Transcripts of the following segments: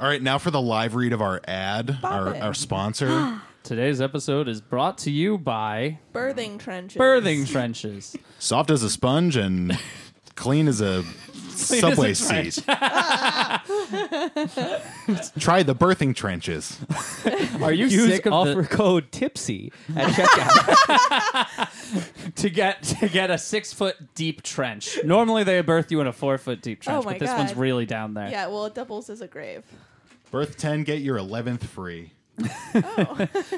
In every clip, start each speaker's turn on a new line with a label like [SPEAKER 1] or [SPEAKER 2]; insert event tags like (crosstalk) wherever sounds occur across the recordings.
[SPEAKER 1] All right, now for the live read of our ad, our,
[SPEAKER 2] it.
[SPEAKER 1] our
[SPEAKER 3] (gasps)
[SPEAKER 1] sponsor.
[SPEAKER 3] Today's episode is brought to you by
[SPEAKER 2] Birthing trenches.
[SPEAKER 3] (laughs) Birthing Trenches.
[SPEAKER 1] Soft as a sponge and clean as
[SPEAKER 3] (laughs)
[SPEAKER 1] a subway
[SPEAKER 3] as a (laughs)
[SPEAKER 1] seat. (laughs) Try the birthing trenches.
[SPEAKER 3] Are you
[SPEAKER 4] Use
[SPEAKER 3] sick of
[SPEAKER 4] offer
[SPEAKER 3] the,
[SPEAKER 4] code TIPSY
[SPEAKER 3] (laughs)
[SPEAKER 4] at checkout.
[SPEAKER 3] to get to get a six foot deep trench? Normally they birth you in a four foot deep trench,
[SPEAKER 2] my
[SPEAKER 3] but this one's
[SPEAKER 2] God.
[SPEAKER 3] really down there.
[SPEAKER 2] Yeah, well, it doubles as a grave.
[SPEAKER 1] Birth 10, get your 11th free.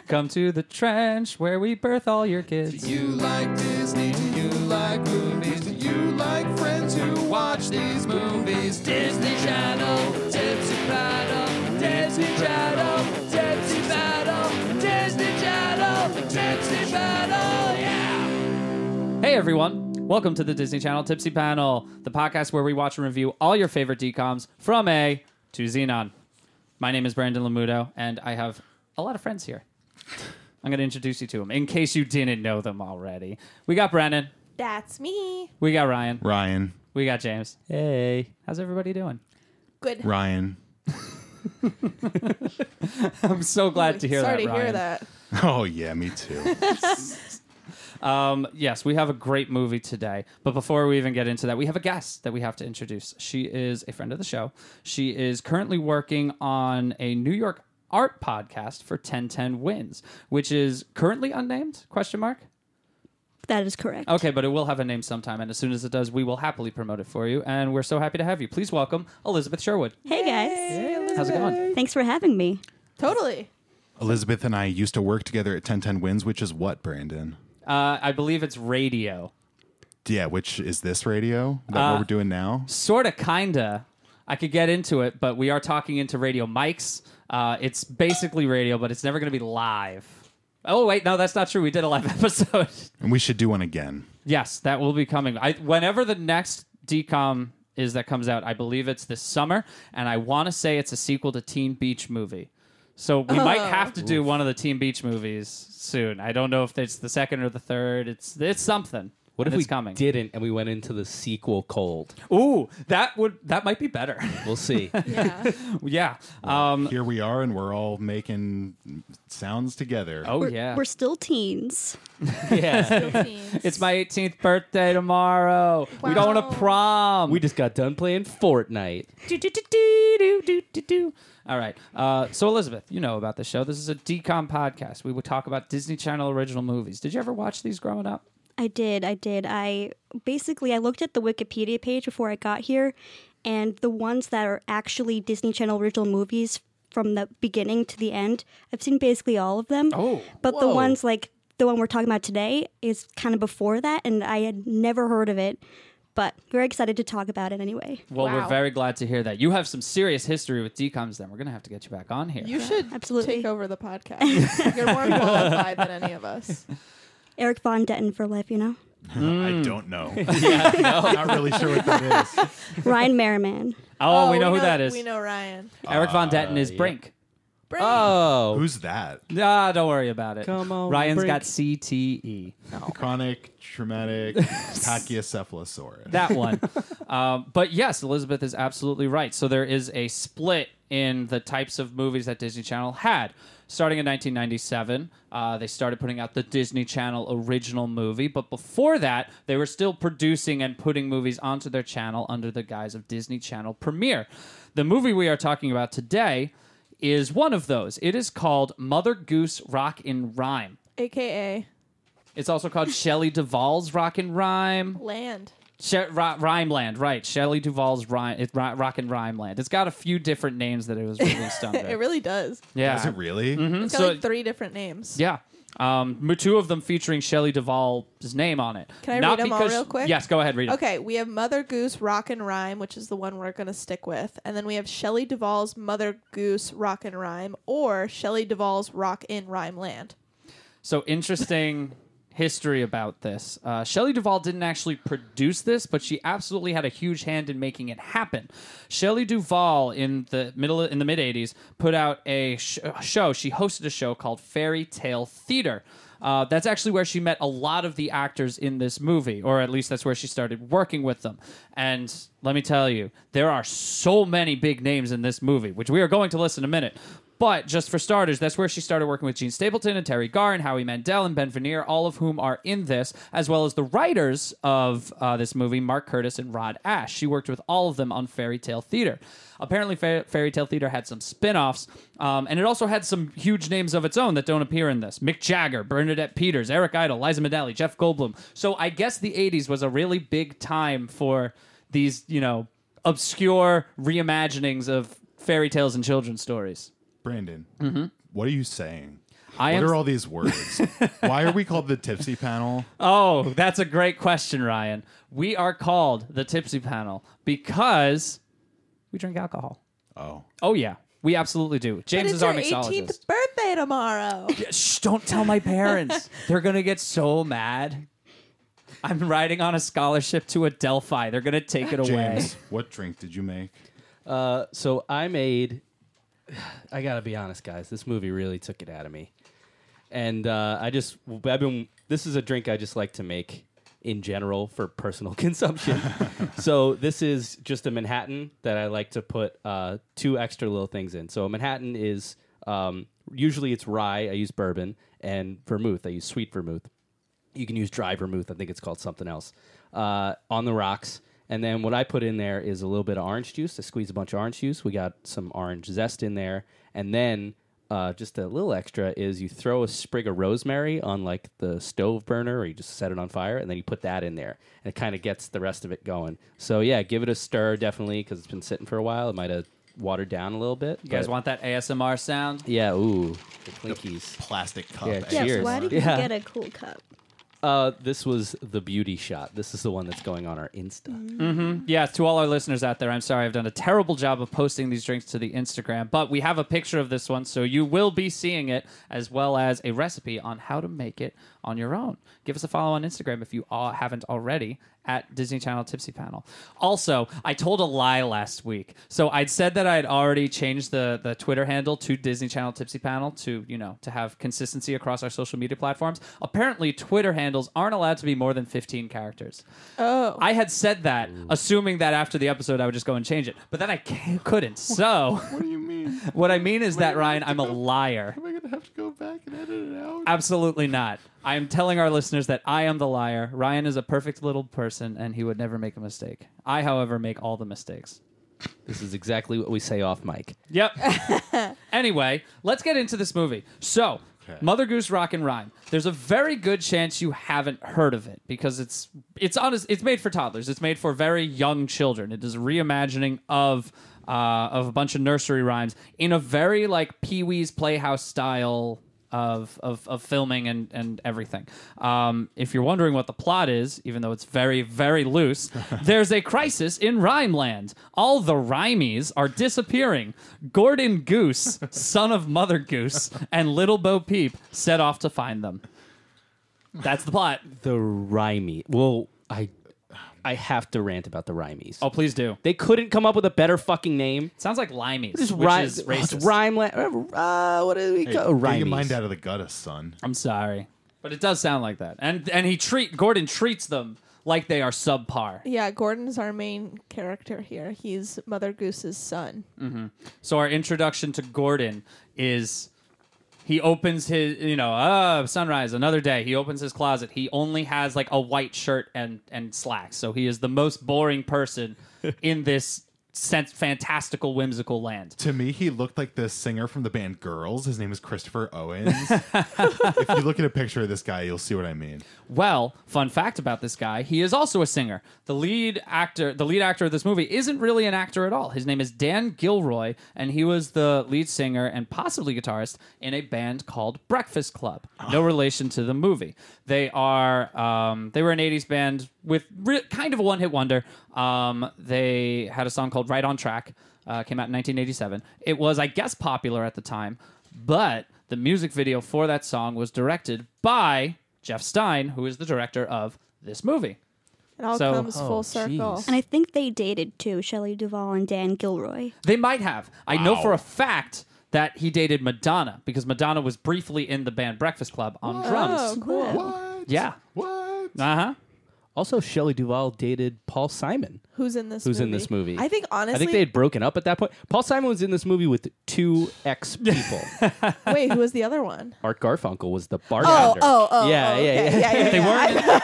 [SPEAKER 3] Come to the trench where we birth all your kids.
[SPEAKER 5] You like Disney? Do you like movies? Do you like friends who watch these movies? Disney Channel, Tipsy Paddle, Disney Channel, Tipsy Paddle, Disney Channel, Tipsy Paddle, yeah!
[SPEAKER 3] Hey everyone, welcome to the Disney Channel Tipsy Panel, the podcast where we watch and review all your favorite DComs from A to Xenon. My name is Brandon Lamudo, and I have a lot of friends here. I'm going to introduce you to them in case you didn't know them already. We got Brennan,
[SPEAKER 2] That's me.
[SPEAKER 3] we got Ryan,
[SPEAKER 1] Ryan,
[SPEAKER 3] we got James.
[SPEAKER 4] hey.
[SPEAKER 3] How's everybody doing?
[SPEAKER 2] Good.
[SPEAKER 1] Ryan. (laughs)
[SPEAKER 3] I'm so glad to hear
[SPEAKER 2] Sorry to
[SPEAKER 3] that. Ryan.
[SPEAKER 2] hear that.
[SPEAKER 1] Oh, yeah, me
[SPEAKER 3] (laughs)
[SPEAKER 1] too.
[SPEAKER 3] Um, yes, we have a great movie today. But before we even get into that, we have a guest that we have to introduce. She is a friend of the show. She is currently working on a New York art podcast for 1010 Wins, which is currently unnamed? Question mark.
[SPEAKER 6] That is correct.
[SPEAKER 3] Okay, but it will have a name sometime, and as soon as it does, we will happily promote it for you. And we're so happy to have you. Please welcome Elizabeth Sherwood.
[SPEAKER 6] Hey guys.
[SPEAKER 3] How's it going?
[SPEAKER 6] Thanks for having me.
[SPEAKER 2] (laughs) Totally.
[SPEAKER 1] Elizabeth and I used to work together at 1010 Wins, which is what, Brandon?
[SPEAKER 3] Uh, I believe it's radio.
[SPEAKER 1] Yeah, which is this radio that what
[SPEAKER 3] Uh,
[SPEAKER 1] we're doing now?
[SPEAKER 3] sort of kinda i could get into it but we are talking into radio mics uh, it's basically radio but it's never going to be live oh wait no that's not true we did a live (laughs) episode
[SPEAKER 1] And we should do one again.
[SPEAKER 3] yes that will be coming I, whenever the next decom is that comes out i believe it's this summer and i want to say it's a sequel to teen beach movie so we might have to do one of the teen beach movies soon i don't know if it's the second or the third it's it's something
[SPEAKER 4] What
[SPEAKER 3] and
[SPEAKER 4] if we
[SPEAKER 3] it's coming
[SPEAKER 4] didn't and we went into the sequel cold?
[SPEAKER 3] ooh that would that might be better (laughs)
[SPEAKER 4] We'll see.
[SPEAKER 3] yeah um
[SPEAKER 1] Here we are, and we're all making sounds together.
[SPEAKER 3] Oh
[SPEAKER 6] We're,
[SPEAKER 3] yeah,
[SPEAKER 6] we're still teens.
[SPEAKER 4] yeah.
[SPEAKER 3] it's my 18th birthday tomorrow. We're going to
[SPEAKER 2] Wow.
[SPEAKER 3] prom.
[SPEAKER 4] We just got done
[SPEAKER 3] (laughs)
[SPEAKER 4] playing Fortnite.
[SPEAKER 3] do, do, do, do, do, do, do, do. All right. Uh, so Elizabeth, you know about this show. This is a decom podcast. We would talk about Disney Channel original movies. Did you ever watch these growing up?
[SPEAKER 6] I did, I did. I basically I looked at the Wikipedia page before I got here and the ones that are actually Disney Channel original movies from the beginning to the end, I've seen basically all of them.
[SPEAKER 3] Oh.
[SPEAKER 6] But the ones like the one we're talking about today is kind of before that and I had never heard of it. But very excited to talk about it anyway.
[SPEAKER 3] Well, we're
[SPEAKER 2] Wow.
[SPEAKER 3] very glad to hear that. You have some serious history with decoms. Then we're gonna have to get you back on here.
[SPEAKER 2] You (laughs) should
[SPEAKER 6] Absolutely.
[SPEAKER 2] take over the (laughs) podcast. You're more qualified than any of us.
[SPEAKER 6] Eric Von Detten for life, you know?
[SPEAKER 3] Hmm.
[SPEAKER 1] I don't
[SPEAKER 3] (laughs)
[SPEAKER 1] know. (laughs) Not really sure what that is.
[SPEAKER 6] Ryan Merriman.
[SPEAKER 3] (laughs) oh, we know who that is.
[SPEAKER 2] We know Ryan.
[SPEAKER 3] Eric Von
[SPEAKER 4] Uh,
[SPEAKER 3] Detten is Brink.
[SPEAKER 2] Brink.
[SPEAKER 4] Oh.
[SPEAKER 1] Who's that?
[SPEAKER 3] Ah, don't worry about it.
[SPEAKER 4] Come on,
[SPEAKER 3] Ryan's
[SPEAKER 4] Brink.
[SPEAKER 3] got E. CTE.
[SPEAKER 1] Chronic
[SPEAKER 3] (laughs)
[SPEAKER 1] traumatic pachycephalosaurus.
[SPEAKER 3] that one. (laughs) um, but yes, Elizabeth is absolutely right. So there is a split in the types of movies that Disney Channel had. Starting in 1997, uh, they started putting out the Disney Channel original movie. But before that, they were still producing and putting movies onto their channel under the guise of Disney Channel Premiere. The movie we are talking about today is one of those. It is called Mother Goose Rock in Rhyme.
[SPEAKER 2] AKA
[SPEAKER 3] It's also called Shelley Duvall's Rock and Rhyme.
[SPEAKER 2] Land.
[SPEAKER 3] She- Ri- Rhineland, right? Shelley Duvall's Rhyme, it, Ri- Rock and Rhineland. It's got a few different names that it was
[SPEAKER 2] (laughs)
[SPEAKER 3] released under.
[SPEAKER 2] It really does.
[SPEAKER 3] yeah, Mm-hmm.
[SPEAKER 1] Is it really?
[SPEAKER 2] It's got
[SPEAKER 3] Mm, So-
[SPEAKER 2] like three different names.
[SPEAKER 3] yeah. Um, m- two of them featuring Shelley Duvall's name on it.
[SPEAKER 2] Can I
[SPEAKER 3] Not
[SPEAKER 2] read 'em all
[SPEAKER 3] because-
[SPEAKER 2] real quick?
[SPEAKER 3] Yes, go ahead, read 'em.
[SPEAKER 2] Okay, we have Mother Goose Rock and Rhyme, which is the one we're going to stick with. And then we have Shelley Duvall's Mother Goose Rock and Rhyme or Shelley Duvall's Rock in Rhyme Land.
[SPEAKER 3] So interesting, history about this. Uh, Shelley Duvall didn't actually produce this, but she absolutely had a huge hand in making it happen. Shelley Duvall in the middle in the mid '80s put out a, sh- a show. She hosted a show called Fairy Tale Theater. Uh, that's actually where she met a lot of the actors in this movie, or at least that's where she started working with them. And let me tell you, there are so many big names in this movie, which we are going to list in a minute. But just for starters, that's where she started working with Gene Stapleton and Terry Garr and Howie Mandel and Ben Veneer, all of whom are in this, as well as the writers of uh, this movie, Mark Curtis and Rod Ash. She worked with all of them on Fairy Tale Theater. Apparently, Fa- Fairy Tale Theater had some spin offs, um, and it also had some huge names of its own that don't appear in this Mick Jagger, Bernadette Peters, Eric Idle, Liza Minnelli, Jeff Goldblum. So I guess the 80s was a really big time for these, you know, obscure reimaginings of fairy tales and children's stories.
[SPEAKER 1] Brandon, what are you saying?
[SPEAKER 3] Mm-hmm. I
[SPEAKER 1] what
[SPEAKER 3] am-
[SPEAKER 1] are all these
[SPEAKER 3] (laughs)
[SPEAKER 1] words? Why are we called the tipsy panel?
[SPEAKER 3] Oh, that's a great question, Ryan. We are called the Tipsy Panel because we drink alcohol.
[SPEAKER 1] Oh,
[SPEAKER 3] Oh yeah, we absolutely do.
[SPEAKER 2] But
[SPEAKER 3] James
[SPEAKER 2] it's
[SPEAKER 3] is our
[SPEAKER 2] your 18th
[SPEAKER 3] mixologist.
[SPEAKER 2] birthday
[SPEAKER 3] (laughs)
[SPEAKER 2] tomorrow.
[SPEAKER 3] Shh, don't tell
[SPEAKER 2] (laughs)
[SPEAKER 3] my parents. They're going to get so mad. I'm riding on a scholarship to Adelphi. They're going to take it away.
[SPEAKER 1] James, what drink did you make?
[SPEAKER 4] Uh, so I made. (sighs) I gotta be honest, guys. This movie really took it out of me, and uh, I just I've been. This is a drink I just like to make in general for personal (laughs) consumption. so this is just a Manhattan that I like to put uh, two extra little things in. So a Manhattan is um, usually it's rye. I use bourbon and vermouth. I use sweet vermouth you can use dry vermouth. I think it's called something else. Uh, on the rocks. And then what I put in there is a little bit of orange juice. I squeeze a bunch of orange juice. We got some orange zest in there. And then uh, just a little extra is you throw a sprig of rosemary on like the stove burner or you just set it on fire and then you put that in there. And it kind of gets the rest of it going. So yeah, give it a stir definitely because it's been sitting for a while. It might have watered down a little bit.
[SPEAKER 3] You guys
[SPEAKER 4] but-
[SPEAKER 3] want that ASMR sound?
[SPEAKER 4] Yeah, ooh, the clinkies.
[SPEAKER 1] Plastic cup.
[SPEAKER 4] Yeah,
[SPEAKER 1] eh?
[SPEAKER 4] cheers.
[SPEAKER 6] Yes, why did you
[SPEAKER 4] Yeah.
[SPEAKER 6] get a cool cup?
[SPEAKER 4] Uh, this was the beauty shot. This is the one that's going on our Insta.
[SPEAKER 3] Yeah, to all our listeners out there, I'm sorry I've done a terrible job of posting these drinks to the Instagram, but we have a picture of this one, so you will be seeing it as well as a recipe on how to make it on your own. Give us a follow on Instagram if you all haven't already at Disney Channel Tipsy Panel. Also, I told a lie last week. So I'd said that I'd already changed the the Twitter handle to Disney Channel Tipsy Panel to, you know, to have consistency across our social media platforms. Apparently, Twitter handles aren't allowed to be more than 15 characters.
[SPEAKER 2] Oh.
[SPEAKER 3] I had said that, assuming that after the episode I would just go and change it, but then I ca- couldn't. So,
[SPEAKER 1] What do you mean? Am
[SPEAKER 3] (laughs) what I mean is that
[SPEAKER 1] Wait,
[SPEAKER 3] Ryan,
[SPEAKER 1] what
[SPEAKER 3] I'm a
[SPEAKER 1] the-
[SPEAKER 3] liar.
[SPEAKER 1] I gonna have to go back and edit it out?
[SPEAKER 3] Absolutely not. I am telling our listeners that I am the liar. Ryan is a perfect little person, and he would never make a mistake. I, however, make all the mistakes.
[SPEAKER 4] This is exactly what we say off mic.
[SPEAKER 3] Yep. (laughs) anyway, let's get into this movie. So,
[SPEAKER 1] Okay.
[SPEAKER 3] Mother Goose Rock and Rhyme. There's a very good chance you haven't heard of it because it's it's honest. It's made for toddlers. It's made for very young children. It is a reimagining of uh, of a bunch of nursery rhymes in a very like Pee Wee's Playhouse style. Of, of, of filming and, and everything. Um, if you're wondering what the plot is, even though it's very, very loose, there's a crisis in Rhymeland. All the rhymies are disappearing. Gordon Goose, son of Mother Goose, and Little Bo Peep set off to find them. That's the plot.
[SPEAKER 4] The rhymey. Well, I I have to rant about the rhymies.
[SPEAKER 3] Oh, please do.
[SPEAKER 4] They couldn't come up with a better fucking name.
[SPEAKER 3] Sounds like limeys,
[SPEAKER 4] Just
[SPEAKER 3] which
[SPEAKER 4] rhyme.
[SPEAKER 3] is
[SPEAKER 4] (laughs) oh, it's
[SPEAKER 3] racist.
[SPEAKER 4] rhyme. la- Uh, what do we
[SPEAKER 1] Hey,
[SPEAKER 4] call
[SPEAKER 1] get your
[SPEAKER 4] rhymies?
[SPEAKER 1] mind out of the gutter, son.
[SPEAKER 3] I'm sorry, but it does sound like that. And and he treat Gordon treats them like they are subpar.
[SPEAKER 2] Yeah, Gordon's our main character here. He's Mother Goose's son.
[SPEAKER 3] So our introduction to Gordon is he opens his you know uh sunrise another day he opens his closet he only has like a white shirt and and slacks so he is the most boring person in this sense fantastical whimsical land
[SPEAKER 1] To me, he looked like the singer from the band Girls. His name is Christopher Owens.
[SPEAKER 3] (laughs)
[SPEAKER 1] if you look at a picture of this guy, you'll see what I mean.
[SPEAKER 3] Well, fun fact about this guy, he is also a singer. The lead actor, the lead actor of this movie isn't really an actor at all. His name is Dan Gilroy and he was the lead singer and possibly guitarist in a band called Breakfast Club. No relation to the movie. They are um, they were an 80s band with re- kind of a one-hit wonder. Um, they had a song called Right on Track. Uh, came out in 1987. It was, I guess, popular at the time, but the music video for that song was directed by Jeff Stein, who is the director of this movie.
[SPEAKER 2] It all
[SPEAKER 3] So-
[SPEAKER 2] comes
[SPEAKER 4] Oh,
[SPEAKER 2] full circle.
[SPEAKER 4] jeez.
[SPEAKER 6] And I think they dated too, Shelley Duvall and Dan Gilroy.
[SPEAKER 3] They might have. I know
[SPEAKER 1] Wow.
[SPEAKER 3] for a fact that he dated Madonna because Madonna was briefly in the band Breakfast Club on
[SPEAKER 2] Oh,
[SPEAKER 3] drums.
[SPEAKER 2] cool.
[SPEAKER 1] What?
[SPEAKER 3] Yeah.
[SPEAKER 1] What?
[SPEAKER 3] Uh huh.
[SPEAKER 4] Also, Shelley Duvall dated Paul Simon,
[SPEAKER 2] Who's in this?
[SPEAKER 4] who's
[SPEAKER 2] movie?
[SPEAKER 4] in this movie.
[SPEAKER 2] I think honestly,
[SPEAKER 4] I think they had broken up at that point. Paul Simon was in this movie with two ex people.
[SPEAKER 1] (laughs)
[SPEAKER 2] (laughs) wait, who was the other one?
[SPEAKER 4] Art Garfunkel was the
[SPEAKER 2] Oh,
[SPEAKER 4] bartender.
[SPEAKER 2] oh, oh, oh,
[SPEAKER 4] yeah, yeah,
[SPEAKER 2] okay.
[SPEAKER 4] yeah.
[SPEAKER 2] yeah, yeah,
[SPEAKER 3] (laughs) They
[SPEAKER 2] yeah.
[SPEAKER 3] weren't.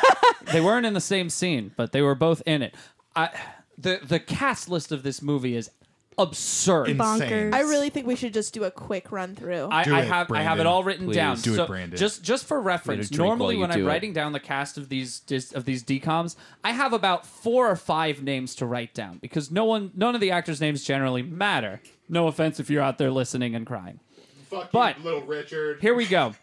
[SPEAKER 3] they weren't in the same scene, but they were both in it. I, the the cast list of this movie is absurd.
[SPEAKER 1] Insane.
[SPEAKER 6] Bonkers.
[SPEAKER 2] I really think we should just do a quick run through.
[SPEAKER 3] I,
[SPEAKER 1] Do
[SPEAKER 3] I
[SPEAKER 1] it,
[SPEAKER 3] have I have it
[SPEAKER 1] Brandon.
[SPEAKER 3] all written
[SPEAKER 4] Please.
[SPEAKER 3] down.
[SPEAKER 1] Do it,
[SPEAKER 3] So,
[SPEAKER 1] Brandon.
[SPEAKER 3] Just just for reference,
[SPEAKER 4] Need a drink
[SPEAKER 3] normally
[SPEAKER 4] while
[SPEAKER 3] when
[SPEAKER 4] you
[SPEAKER 3] I'm
[SPEAKER 4] do it.
[SPEAKER 3] writing down the cast of these dis, of these decoms, I have about four or five names to write down because no one none of the actors' names generally matter. No offense if you're out there listening and crying.
[SPEAKER 1] Fuck
[SPEAKER 3] But-
[SPEAKER 1] you, little Richard.
[SPEAKER 3] Here we go.